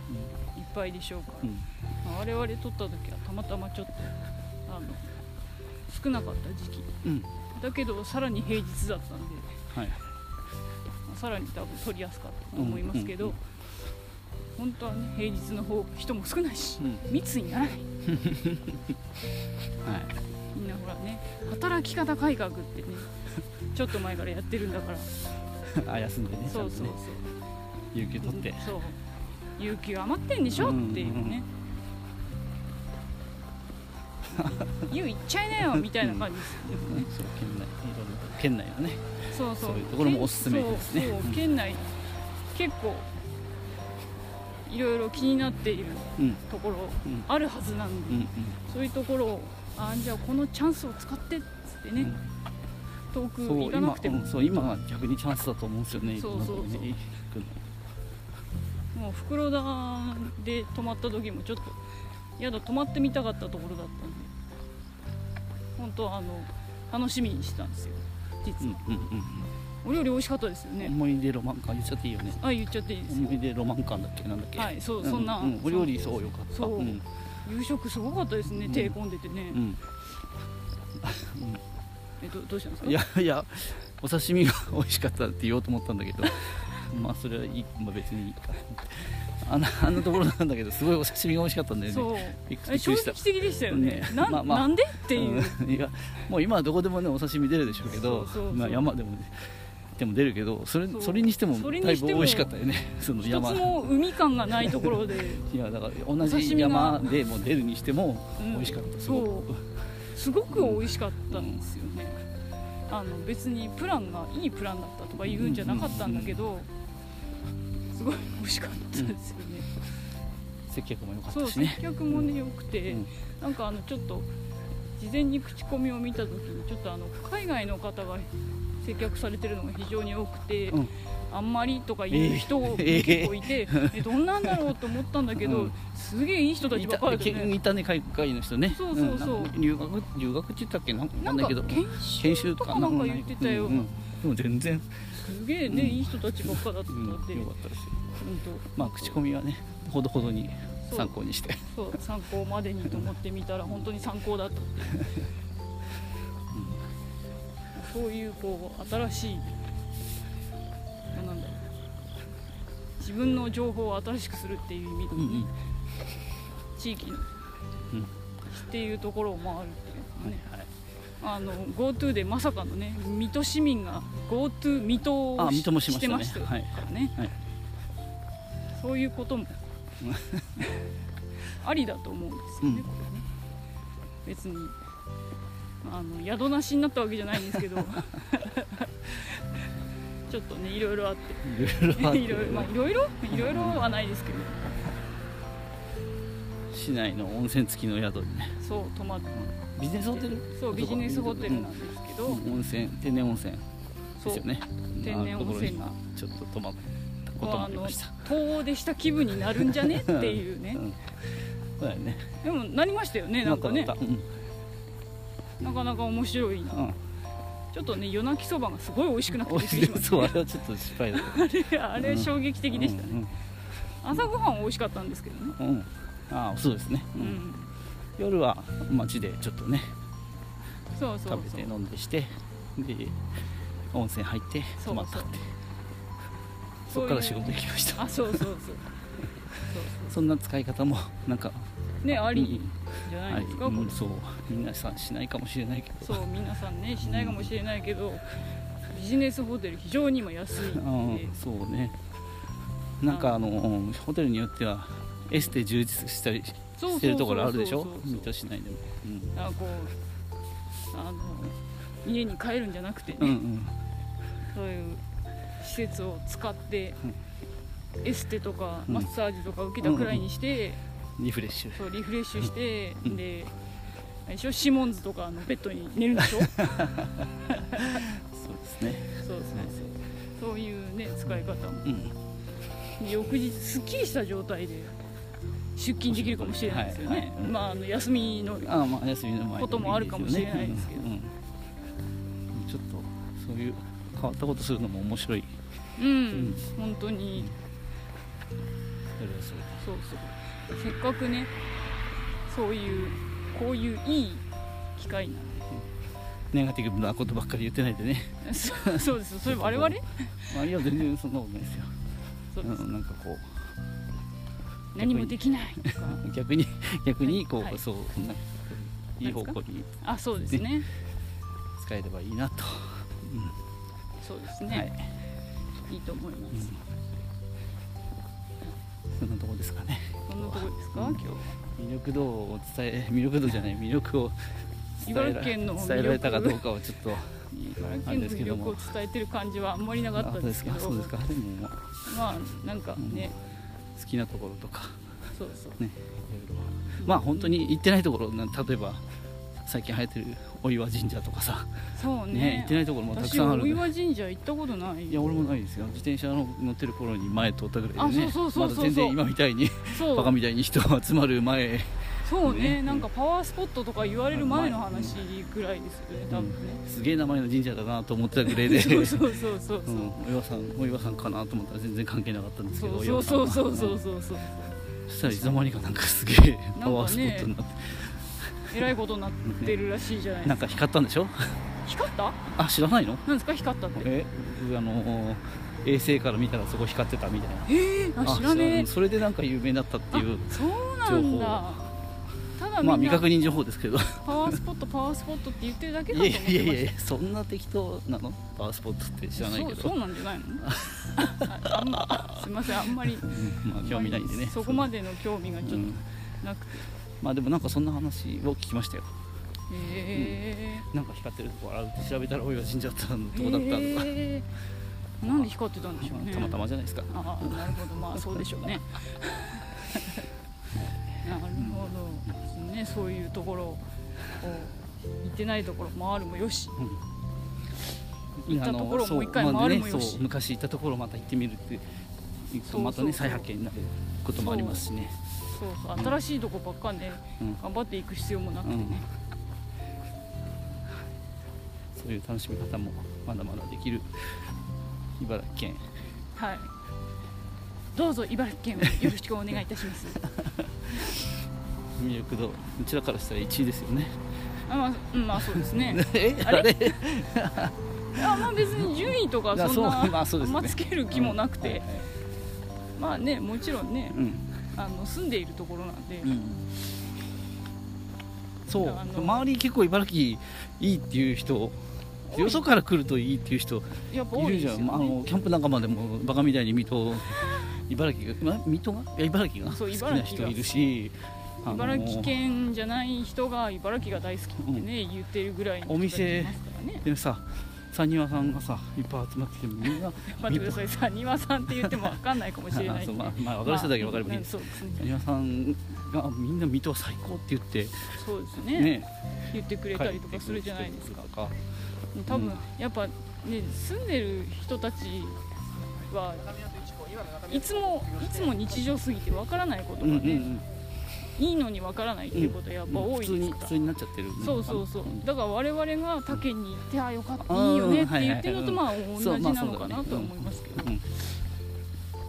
[SPEAKER 1] いっぱいでしょうから、
[SPEAKER 2] うん
[SPEAKER 1] まあ我々撮った時はたまたまちょっとあの少なかった時期
[SPEAKER 2] うん
[SPEAKER 1] だけどさらに平日だったんで
[SPEAKER 2] はい
[SPEAKER 1] まあさらに多分取りやすかったと思いますけど、
[SPEAKER 2] うんう
[SPEAKER 1] 本当はね平日の方人も少ないし、
[SPEAKER 2] うん
[SPEAKER 1] 密にならない
[SPEAKER 2] はい
[SPEAKER 1] みんなほらね働き方改革 ってねちょっと前からやってるんだから、
[SPEAKER 2] あ休んでねち
[SPEAKER 1] そ
[SPEAKER 2] ゃ
[SPEAKER 1] うん
[SPEAKER 2] と
[SPEAKER 1] そう
[SPEAKER 2] ね有給
[SPEAKER 1] そう
[SPEAKER 2] 取って
[SPEAKER 1] そう有給余ってんでしょ、
[SPEAKER 2] うん
[SPEAKER 1] っていうね「ゆう行っちゃいなよ」みたいな感じですよね
[SPEAKER 2] ねそう県内いろんな県内のね
[SPEAKER 1] そうそう
[SPEAKER 2] そういうところもおすすめですね
[SPEAKER 1] そうそう
[SPEAKER 2] うん
[SPEAKER 1] 県内結構いろいろ気になっている
[SPEAKER 2] うん
[SPEAKER 1] ところ
[SPEAKER 2] うん
[SPEAKER 1] あるはずなん
[SPEAKER 2] う
[SPEAKER 1] で、
[SPEAKER 2] ん
[SPEAKER 1] そういうところをあじゃあこのチャンスを使ってっつって
[SPEAKER 2] うん
[SPEAKER 1] ね、遠く
[SPEAKER 2] うんそう
[SPEAKER 1] 行かな
[SPEAKER 2] 今
[SPEAKER 1] くて
[SPEAKER 2] う
[SPEAKER 1] も
[SPEAKER 2] んそう今は逆にチャンスだと思うんですよね
[SPEAKER 1] そうそうそう
[SPEAKER 2] いろんなとこにね行くの
[SPEAKER 1] もう袋田で泊まった時もちょっと宿泊まってみたかったところだったんで本当はあの楽しみにしてたんですよ
[SPEAKER 2] う
[SPEAKER 1] 実
[SPEAKER 2] ん
[SPEAKER 1] は、
[SPEAKER 2] うんうん
[SPEAKER 1] お料理美味しかったですよ
[SPEAKER 2] うん
[SPEAKER 1] ね、
[SPEAKER 2] 思い出ロマン感言っちゃっていいよね
[SPEAKER 1] あ言っちゃっていいですよ
[SPEAKER 2] 思い出ロマン感だっけなんだっけ
[SPEAKER 1] はいそうそんな
[SPEAKER 2] ううお料理そうよかった
[SPEAKER 1] そう
[SPEAKER 2] うん
[SPEAKER 1] 夕食すごかったですね、
[SPEAKER 2] うん
[SPEAKER 1] 手込んでてね、
[SPEAKER 2] うん
[SPEAKER 1] えどどうしたんですか
[SPEAKER 2] いやいやお刺身が美味しかったって言おうと思ったんだけどまあそれはいい、まあ、別にいいかあんなあんなところなんだけどすごいお刺身が美味しかったんだよね
[SPEAKER 1] そう
[SPEAKER 2] びっく
[SPEAKER 1] あれ
[SPEAKER 2] り
[SPEAKER 1] 衝
[SPEAKER 2] した
[SPEAKER 1] 撃的でしたよね
[SPEAKER 2] ね
[SPEAKER 1] な
[SPEAKER 2] まあまあ
[SPEAKER 1] なんでっていう、
[SPEAKER 2] うんいやもう今はどこでもねお刺身出るでしょうけ
[SPEAKER 1] そう
[SPEAKER 2] ど
[SPEAKER 1] そうそう
[SPEAKER 2] まあ、山でも、ね、でも出るけどそれ
[SPEAKER 1] そ
[SPEAKER 2] そうれにしても
[SPEAKER 1] それ
[SPEAKER 2] だい
[SPEAKER 1] にして
[SPEAKER 2] ぶ
[SPEAKER 1] も
[SPEAKER 2] 美味しかったよね その
[SPEAKER 1] 一
[SPEAKER 2] 山
[SPEAKER 1] つも海感がないところで
[SPEAKER 2] いやだから同
[SPEAKER 1] お刺
[SPEAKER 2] じ
[SPEAKER 1] 身が
[SPEAKER 2] 山でも出るにしても
[SPEAKER 1] うん
[SPEAKER 2] 美味しかった、す
[SPEAKER 1] そ
[SPEAKER 2] ごく
[SPEAKER 1] うすごく美味しかったんですよね、あの別にプランがいいプランだったとか言うんじゃなかったんだけど、すごい美味しかったですよね、
[SPEAKER 2] 接客も良かっ
[SPEAKER 1] そ
[SPEAKER 2] た
[SPEAKER 1] う
[SPEAKER 2] しね
[SPEAKER 1] 接客もね良くて、
[SPEAKER 2] うん
[SPEAKER 1] なんかあのちょっと事前に口コミを見た時にちょっとあの海外の方が接客されてるのが非常に多くて、
[SPEAKER 2] うん
[SPEAKER 1] あんまりとか言う人も
[SPEAKER 2] ええ
[SPEAKER 1] 結構いて、えどんなんだろうと思ったんだけど、
[SPEAKER 2] うん
[SPEAKER 1] すげえいい人たち
[SPEAKER 2] い
[SPEAKER 1] ば
[SPEAKER 2] た
[SPEAKER 1] っかり
[SPEAKER 2] け
[SPEAKER 1] でね
[SPEAKER 2] いたね海外の人ね
[SPEAKER 1] そうそうそうん
[SPEAKER 2] なんか留学留学って言ったっけなんかわ
[SPEAKER 1] な
[SPEAKER 2] かん
[SPEAKER 1] ん
[SPEAKER 2] ない
[SPEAKER 1] か
[SPEAKER 2] けど
[SPEAKER 1] 研修
[SPEAKER 2] 研修
[SPEAKER 1] と
[SPEAKER 2] と
[SPEAKER 1] か
[SPEAKER 2] か
[SPEAKER 1] な
[SPEAKER 2] なんん
[SPEAKER 1] か
[SPEAKER 2] か
[SPEAKER 1] 言ってたよ、
[SPEAKER 2] うんうんでも全然、
[SPEAKER 1] すげえね、
[SPEAKER 2] うん
[SPEAKER 1] いい人たちばっかだった
[SPEAKER 2] うん
[SPEAKER 1] で、
[SPEAKER 2] ん、良かったですよ
[SPEAKER 1] うんと
[SPEAKER 2] まあ口コミはねほどほどに
[SPEAKER 1] そう
[SPEAKER 2] 参考にして
[SPEAKER 1] そう参考までにと思ってみたら本当に参考だったっていうそういうこう新しいなんだろう自分の情報を新しくするっていう意味で、
[SPEAKER 2] うんうん
[SPEAKER 1] 地域の、
[SPEAKER 2] うん
[SPEAKER 1] っていうところを回るっていうかね
[SPEAKER 2] はい
[SPEAKER 1] あの GoTo でまさかのね水戸市民が GoTo 水戸を
[SPEAKER 2] あ水戸もしましたね
[SPEAKER 1] てましたからね、
[SPEAKER 2] はい
[SPEAKER 1] そういうこと もありだと思うんですよね、
[SPEAKER 2] うん
[SPEAKER 1] これね別にあの宿なしになったわけじゃないんで すけどちょっとねいろいろあって
[SPEAKER 2] いろいろあって
[SPEAKER 1] いろいろまあいろいろいろいろはないですけど
[SPEAKER 2] 市内の温泉付きの宿にね
[SPEAKER 1] そう泊まって
[SPEAKER 2] ビジネスホテル
[SPEAKER 1] そうビジネスホテルなんですけど、
[SPEAKER 2] うん温泉天然温泉
[SPEAKER 1] そ
[SPEAKER 2] で
[SPEAKER 1] う
[SPEAKER 2] すよね
[SPEAKER 1] 天然温泉が
[SPEAKER 2] あのところにちょっと泊まったことも
[SPEAKER 1] あ
[SPEAKER 2] あり
[SPEAKER 1] の
[SPEAKER 2] ました
[SPEAKER 1] 遠出した気分になるんじゃねっていうね
[SPEAKER 2] うんそうだよね
[SPEAKER 1] でもなりましたよねなんかね
[SPEAKER 2] な
[SPEAKER 1] な
[SPEAKER 2] ったうん
[SPEAKER 1] かなか面白いな
[SPEAKER 2] うん
[SPEAKER 1] ちょっとね夜泣きそばがすごい美味しくなくて
[SPEAKER 2] お
[SPEAKER 1] びっくりしまし
[SPEAKER 2] そうあれはちょっと失敗だった
[SPEAKER 1] たあ れあれ衝撃的でした
[SPEAKER 2] ね
[SPEAKER 1] 朝ごはんは美味しかったんですけどね
[SPEAKER 2] うんうんああそうですね、
[SPEAKER 1] う
[SPEAKER 2] うん
[SPEAKER 1] ん
[SPEAKER 2] 夜は街でちょっとね
[SPEAKER 1] そうそう
[SPEAKER 2] 食べ
[SPEAKER 1] そ
[SPEAKER 2] て
[SPEAKER 1] う
[SPEAKER 2] 飲んでしてで温泉入って
[SPEAKER 1] そ
[SPEAKER 2] 泊
[SPEAKER 1] う
[SPEAKER 2] まったって
[SPEAKER 1] そ
[SPEAKER 2] そうっから仕事行きました
[SPEAKER 1] あそうそうそうそう
[SPEAKER 2] そんな使い方もなんか
[SPEAKER 1] そうねあ
[SPEAKER 2] あ
[SPEAKER 1] りじゃないですか
[SPEAKER 2] う
[SPEAKER 1] こ
[SPEAKER 2] ん
[SPEAKER 1] れ
[SPEAKER 2] そうみんなさしないかもしれないけど
[SPEAKER 1] そう皆さんねしないかもしれないけどビジネスホテル非常に今安いんで
[SPEAKER 2] うんそうねなんかあのホテルによってはエステ充実したりし
[SPEAKER 1] そうそう
[SPEAKER 2] てるところあるでしょ
[SPEAKER 1] そうそうそう
[SPEAKER 2] 水戸市内でも、うん
[SPEAKER 1] あこうあの家に帰るんじゃなくてね、
[SPEAKER 2] うんうん
[SPEAKER 1] そういう施設を使って、エステとか
[SPEAKER 2] うん
[SPEAKER 1] マッサージとか受けたくらいにして、
[SPEAKER 2] リフレッシュ
[SPEAKER 1] そうリフレッシュして、
[SPEAKER 2] うん
[SPEAKER 1] であれでしょシモンズとかのベッドに寝るんでしょそう
[SPEAKER 2] そうですね
[SPEAKER 1] そうそうそういうね使い方も
[SPEAKER 2] うん
[SPEAKER 1] 翌日すっきりした状態で出勤できるかもしれないですよね、
[SPEAKER 2] はいはいうん
[SPEAKER 1] まああの休みの
[SPEAKER 2] あまあ休みの前
[SPEAKER 1] こともあるかもしれないですけど
[SPEAKER 2] うんうんちょっとそういう変わったことするのも面白い
[SPEAKER 1] うん、
[SPEAKER 2] ん
[SPEAKER 1] 本当に
[SPEAKER 2] それはそれで
[SPEAKER 1] そうそうせっかくねそういうこういういい機会なの
[SPEAKER 2] ネガティブなことばっかり言ってないでね、
[SPEAKER 1] でそう そうですそれ我々
[SPEAKER 2] まあ、いや全然そんなことないですよ、
[SPEAKER 1] そうです
[SPEAKER 2] うん、なんかこ
[SPEAKER 1] 何もできないとか
[SPEAKER 2] う 逆に逆にこう、
[SPEAKER 1] はい
[SPEAKER 2] そうなんかいい方向に
[SPEAKER 1] あそうですね
[SPEAKER 2] 使えればいいなと、
[SPEAKER 1] そうですね、い、いと思います、
[SPEAKER 2] そんなとこですかね
[SPEAKER 1] こんなとこですか
[SPEAKER 2] うん
[SPEAKER 1] 今日
[SPEAKER 2] 魅力度を伝え魅力度じゃない魅力を伝え
[SPEAKER 1] 茨城
[SPEAKER 2] ら
[SPEAKER 1] 県の魅力
[SPEAKER 2] 伝えられたかどうかはちょっと
[SPEAKER 1] 茨城県の魅力を伝えてる感じはあんまりなか
[SPEAKER 2] あ
[SPEAKER 1] ったんですけ
[SPEAKER 2] そう
[SPEAKER 1] ど
[SPEAKER 2] ですかでも
[SPEAKER 1] まあなんかね、
[SPEAKER 2] 好きなところとか
[SPEAKER 1] そうそう
[SPEAKER 2] ねいろいろまあ本当に行ってないところな例えば最近流行ってるお岩神社とかさ、
[SPEAKER 1] そうね
[SPEAKER 2] ね行ってないところもたくさんある
[SPEAKER 1] 私大岩神社行ったことない
[SPEAKER 2] いや俺もないですよ自転車の乗ってる頃に前通ったぐらいでね
[SPEAKER 1] あそうそうそうそうそう
[SPEAKER 2] まだ全然今みたいに
[SPEAKER 1] そう
[SPEAKER 2] バカみたいに人が集まる前
[SPEAKER 1] そうね
[SPEAKER 2] ね
[SPEAKER 1] なんかパワースポットとか言われる前の話ぐらいですよね多分ね、
[SPEAKER 2] すげえ名前の神社だなと思ってたぐらいで、
[SPEAKER 1] そうそうそうそうそううん
[SPEAKER 2] お岩さんお岩さんかなと思ったら全然関係なかったんですけど
[SPEAKER 1] そうそうそうそうそう
[SPEAKER 2] そ
[SPEAKER 1] そうそう
[SPEAKER 2] したらいつの間にかなんかすげえ
[SPEAKER 1] ね
[SPEAKER 2] パワースポットになって
[SPEAKER 1] えらいことになってるらしいじゃない
[SPEAKER 2] な
[SPEAKER 1] で
[SPEAKER 2] ん
[SPEAKER 1] す
[SPEAKER 2] か光ったんでしょ
[SPEAKER 1] か光った
[SPEAKER 2] あ知らないの
[SPEAKER 1] なんですか光ったって
[SPEAKER 2] え僕あの衛星から見たらそこ光ってたみたいな
[SPEAKER 1] えー、あ知らねえ
[SPEAKER 2] あそれでなんか有名だったっていう
[SPEAKER 1] そうなんだただみんな、
[SPEAKER 2] まあ未確認情報ですけどい
[SPEAKER 1] パワースポットパワースポットって言ってるだけだと思
[SPEAKER 2] やい
[SPEAKER 1] ってました
[SPEAKER 2] やいやいやそんな適当なのパワースポットって知らないけど
[SPEAKER 1] そうそうなんじゃ ないのああんますいませんあんまり
[SPEAKER 2] うんまあ興味ないんでね
[SPEAKER 1] そこまでの興味がちょっと
[SPEAKER 2] うん
[SPEAKER 1] なくて、
[SPEAKER 2] まあでもなんかそんな話を聞きましたよ
[SPEAKER 1] へ
[SPEAKER 2] なんか光ってるとこあるって調べたらおいは死んじゃったの
[SPEAKER 1] ー
[SPEAKER 2] どこだったとか、
[SPEAKER 1] へーなんで光ってたんでしょう
[SPEAKER 2] まあ
[SPEAKER 1] ね
[SPEAKER 2] たまたまじゃないですか
[SPEAKER 1] ああなるほどまあそうでしょう ねなるほど、ね、そういうところを行ってないところ回るもよし行ったところをもう一回
[SPEAKER 2] あのそう
[SPEAKER 1] 回るも
[SPEAKER 2] まあ
[SPEAKER 1] よ
[SPEAKER 2] ね
[SPEAKER 1] し
[SPEAKER 2] そう昔行ったところをまた行ってみるって行く
[SPEAKER 1] そ
[SPEAKER 2] と
[SPEAKER 1] う
[SPEAKER 2] またね
[SPEAKER 1] そうそう
[SPEAKER 2] 再発見になることもありますしね
[SPEAKER 1] そうそう新しいとこばっかね
[SPEAKER 2] うん
[SPEAKER 1] 頑張っていく必要もなくて
[SPEAKER 2] うん
[SPEAKER 1] ね、
[SPEAKER 2] そういう楽しみ方もまだまだできる茨城県
[SPEAKER 1] はいどうぞ茨城県をよろしくお願いいたします
[SPEAKER 2] 魅力度うちらからしたら1位ですよね
[SPEAKER 1] あまあ、うんまあそうですね
[SPEAKER 2] え
[SPEAKER 1] あれあまあ別に順位とかそんな
[SPEAKER 2] あそうまあそうですね
[SPEAKER 1] んまつける気もなくて、
[SPEAKER 2] うんはいはい
[SPEAKER 1] まあねもちろんね
[SPEAKER 2] うん
[SPEAKER 1] あの住んでいるところなんで、
[SPEAKER 2] そう
[SPEAKER 1] あの
[SPEAKER 2] 周り結構茨城いいっていう人
[SPEAKER 1] 多い
[SPEAKER 2] よそから来るといいっていう人
[SPEAKER 1] やっぱ
[SPEAKER 2] い
[SPEAKER 1] 多い
[SPEAKER 2] る
[SPEAKER 1] です
[SPEAKER 2] じ
[SPEAKER 1] よ、
[SPEAKER 2] ゃん、
[SPEAKER 1] ね、
[SPEAKER 2] まああのキャンプ仲間でもバカみたいに水戸茨城が、ま、水戸がいや茨城が
[SPEAKER 1] そう
[SPEAKER 2] 好きな
[SPEAKER 1] 茨城
[SPEAKER 2] 人
[SPEAKER 1] が
[SPEAKER 2] いるしあの
[SPEAKER 1] 茨城県じゃない人が茨城が大好きってね、言ってるぐらいの人
[SPEAKER 2] お店
[SPEAKER 1] いますからね
[SPEAKER 2] でさ三庭さんがさいっぱい集まってきてみんな
[SPEAKER 1] 待ってくださいさ庭さんって言っても分かんないかもしれない
[SPEAKER 2] そうん
[SPEAKER 1] で
[SPEAKER 2] まあ、まあ、分かる人だけ分かればいい
[SPEAKER 1] うん
[SPEAKER 2] です、
[SPEAKER 1] そうですね
[SPEAKER 2] 三庭さんがみんな水戸は最高って言って
[SPEAKER 1] そうですね
[SPEAKER 2] ね
[SPEAKER 1] 言ってくれたりとかするじゃないですか
[SPEAKER 2] 帰ってくる人とか
[SPEAKER 1] 多分、
[SPEAKER 2] うん
[SPEAKER 1] やっぱね住んでる人たちは
[SPEAKER 3] い
[SPEAKER 1] い
[SPEAKER 3] つ
[SPEAKER 1] つもいつも日常すぎてわからないことが
[SPEAKER 2] うん
[SPEAKER 1] ね、
[SPEAKER 2] うんうん
[SPEAKER 1] いいのにわからないっていうことはやっぱ多
[SPEAKER 2] 普
[SPEAKER 1] い
[SPEAKER 2] 通
[SPEAKER 1] です
[SPEAKER 2] に
[SPEAKER 1] か
[SPEAKER 2] 普
[SPEAKER 1] ら、
[SPEAKER 2] 通になっちゃってる
[SPEAKER 1] そうそうそうだから我々が他県に行ってああよかった
[SPEAKER 2] うん
[SPEAKER 1] いいよねって
[SPEAKER 2] はいはい
[SPEAKER 1] 言
[SPEAKER 2] はい
[SPEAKER 1] ってるのとまあ同じ
[SPEAKER 2] そうまあ
[SPEAKER 1] なの
[SPEAKER 2] そ
[SPEAKER 1] か
[SPEAKER 2] うだ
[SPEAKER 1] な
[SPEAKER 2] ね
[SPEAKER 1] とは思いますけど、
[SPEAKER 2] うん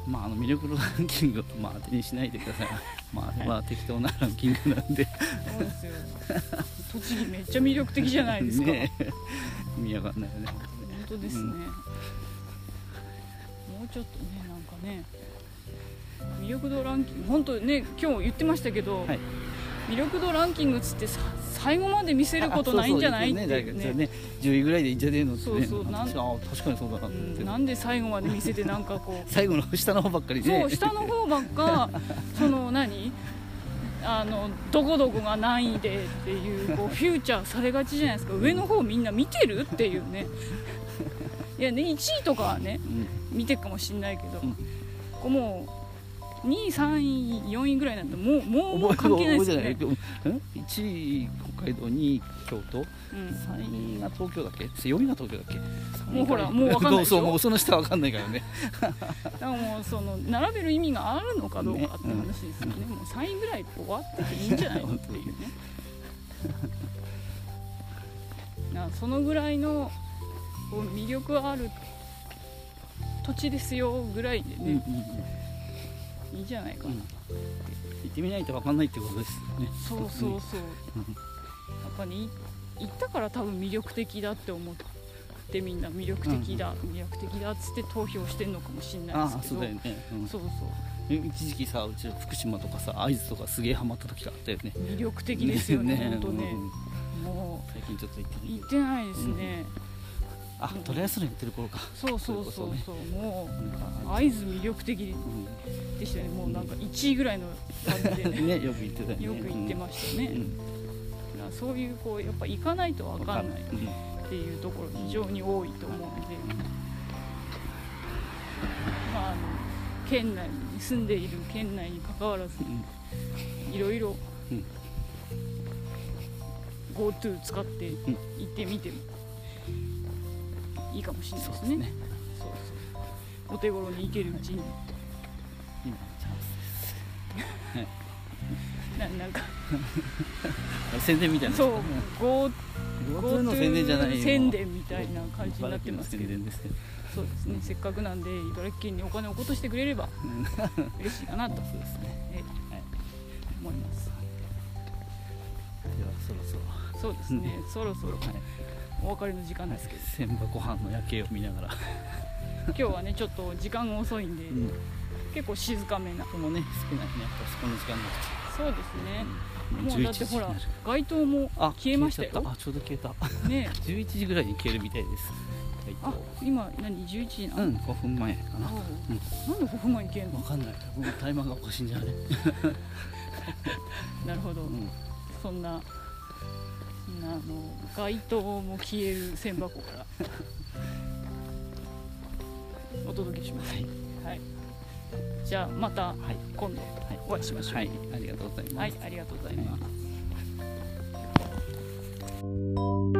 [SPEAKER 2] まあ、あの魅力度ランキングを、まあ、当てにしないでください、まあ、まあ適当なランキングなんで
[SPEAKER 1] そうですよ栃木めっちゃ魅力的じゃ ないですか、
[SPEAKER 2] ねえ意味わかんないよね
[SPEAKER 1] 本当ですね、
[SPEAKER 2] うん
[SPEAKER 1] もうちょっとねなんかね魅力度ランキング本当ね今日言ってましたけど、
[SPEAKER 2] はい
[SPEAKER 1] 魅力度ランキングっつってさ最後まで見せることないんじゃないって
[SPEAKER 2] あそう
[SPEAKER 1] い
[SPEAKER 2] そうう
[SPEAKER 1] ね
[SPEAKER 2] ねね10位ぐらいでいいんじゃねえのってね
[SPEAKER 1] そうそうなん
[SPEAKER 2] 確かあ確かにそうだなと
[SPEAKER 1] う
[SPEAKER 2] 思って、
[SPEAKER 1] んなんで最後まで見せてなんかこう
[SPEAKER 2] 最後の下の方ばっかりで、
[SPEAKER 1] そう下の方ばっかその何あのどこどこが何位でっていう こうフューチャーされがちじゃないですか上の方みんな見てるっていう ねいやね1位とかはね
[SPEAKER 2] うん
[SPEAKER 1] 見てるかもしれないけど、
[SPEAKER 2] うん
[SPEAKER 1] こうもう2位3位4位ぐらいになってもうもうもう関係ないですよね、
[SPEAKER 2] 覚えてないうん1位北海道2位京都
[SPEAKER 1] うん、
[SPEAKER 2] 3位が東京だっけ4位が東京だっけ
[SPEAKER 1] もうほらもうわかんないでしょ
[SPEAKER 2] そうそうもうその下わかんないからね
[SPEAKER 1] だからもうその並べる意味があるのかどうかって
[SPEAKER 2] ね
[SPEAKER 1] 話ですよねもう3位ぐらい終わってていいんじゃないのっていうねだからそのぐらいのこう魅力ある土地ですよぐらいで
[SPEAKER 2] うんうん
[SPEAKER 1] ね、いいじゃないか
[SPEAKER 2] う
[SPEAKER 1] な、
[SPEAKER 2] ん行ってみないとわかんないってことですよね
[SPEAKER 1] そうそうそう、やっぱねい行ったから多分魅力的だって思ってみんな魅力的だ、魅力的だっつって投票してんのかもしれない
[SPEAKER 2] あ
[SPEAKER 1] で
[SPEAKER 2] あ
[SPEAKER 1] すけ
[SPEAKER 2] そ
[SPEAKER 1] ど
[SPEAKER 2] うだよね、うん
[SPEAKER 1] そう
[SPEAKER 2] 一時期さうちの福島とかさ会津とかすげえハマった時があったよね
[SPEAKER 1] そう魅力的ですよね本当ね
[SPEAKER 2] うん
[SPEAKER 1] も
[SPEAKER 2] 最近ちょっと行って
[SPEAKER 1] う
[SPEAKER 2] み
[SPEAKER 1] 行
[SPEAKER 2] て
[SPEAKER 1] ってないですね、
[SPEAKER 2] あ
[SPEAKER 1] うん
[SPEAKER 2] トライアスロンやってる頃か
[SPEAKER 1] そうそうそう
[SPEAKER 2] そういう
[SPEAKER 1] そうも
[SPEAKER 2] う
[SPEAKER 1] うん会津魅力的
[SPEAKER 2] う
[SPEAKER 1] でしたねもうなんか1位ぐらいの感じで、
[SPEAKER 2] ん ねよく言ってたよね
[SPEAKER 1] よく行ってましたね、
[SPEAKER 2] うんうん
[SPEAKER 1] だからそういうこうやっぱ行かないと分かんない
[SPEAKER 2] うん
[SPEAKER 1] っていうところ非常に多いと思うんで、まあ、あの県内に住んでいる県内に関わらず
[SPEAKER 2] うん
[SPEAKER 1] いろいろ
[SPEAKER 2] うん
[SPEAKER 1] GoTo 使って
[SPEAKER 2] ん
[SPEAKER 1] 行ってみてもいいかもしれない
[SPEAKER 2] そう
[SPEAKER 1] で
[SPEAKER 2] ですす
[SPEAKER 1] ね,、
[SPEAKER 2] ね
[SPEAKER 1] そうそうお手頃に行けるうちに
[SPEAKER 2] 今チャンス
[SPEAKER 1] ななん か
[SPEAKER 2] です宣伝みたいな
[SPEAKER 1] そう Go-
[SPEAKER 2] GoTo の宣伝じゃないよ
[SPEAKER 1] 宣伝みたいな感じになってますけど
[SPEAKER 2] 茨城の宣伝ですけど
[SPEAKER 1] そうですねせっかくなんで茨城県にお金を落としてくれ れば
[SPEAKER 2] うん
[SPEAKER 1] 嬉しいかなと
[SPEAKER 2] そうですね
[SPEAKER 1] え
[SPEAKER 2] はい
[SPEAKER 1] 思います
[SPEAKER 2] ではそろそろ
[SPEAKER 1] そうですね、そろそろ
[SPEAKER 2] はい
[SPEAKER 1] お別れの時間ですけど、
[SPEAKER 2] 千葉湖畔の夜景を見ながら、
[SPEAKER 1] 今日はねちょっと時間が遅いんで、
[SPEAKER 2] うん、
[SPEAKER 1] 結構静かめな
[SPEAKER 2] 人もね少ないねやっぱそこの時間にな
[SPEAKER 1] そうですね、もうだ
[SPEAKER 2] 11
[SPEAKER 1] って
[SPEAKER 2] 時
[SPEAKER 1] ほ
[SPEAKER 2] に
[SPEAKER 1] ら
[SPEAKER 2] なる
[SPEAKER 1] 街灯も
[SPEAKER 2] あ
[SPEAKER 1] 消えましたよ
[SPEAKER 2] 消えちゃっあちょうど消えた
[SPEAKER 1] ね
[SPEAKER 2] 11時ぐらいに消えるみたいです
[SPEAKER 1] あ
[SPEAKER 2] はい
[SPEAKER 1] 今何11時な
[SPEAKER 2] う
[SPEAKER 1] の、
[SPEAKER 2] ん5分前かな
[SPEAKER 1] あなんでここまで行けんの
[SPEAKER 2] わかんないもうタイマーがおかしいんじゃない、
[SPEAKER 1] なるほど、
[SPEAKER 2] うん、
[SPEAKER 1] そんなそんなあの街灯も消える千箱 からお届けします
[SPEAKER 2] はい
[SPEAKER 1] はい、じゃあまた
[SPEAKER 2] はい
[SPEAKER 1] 今度
[SPEAKER 2] はい
[SPEAKER 1] お会いしましょう
[SPEAKER 2] はいありがとうございます
[SPEAKER 1] はい、ありがとうございます。
[SPEAKER 2] はい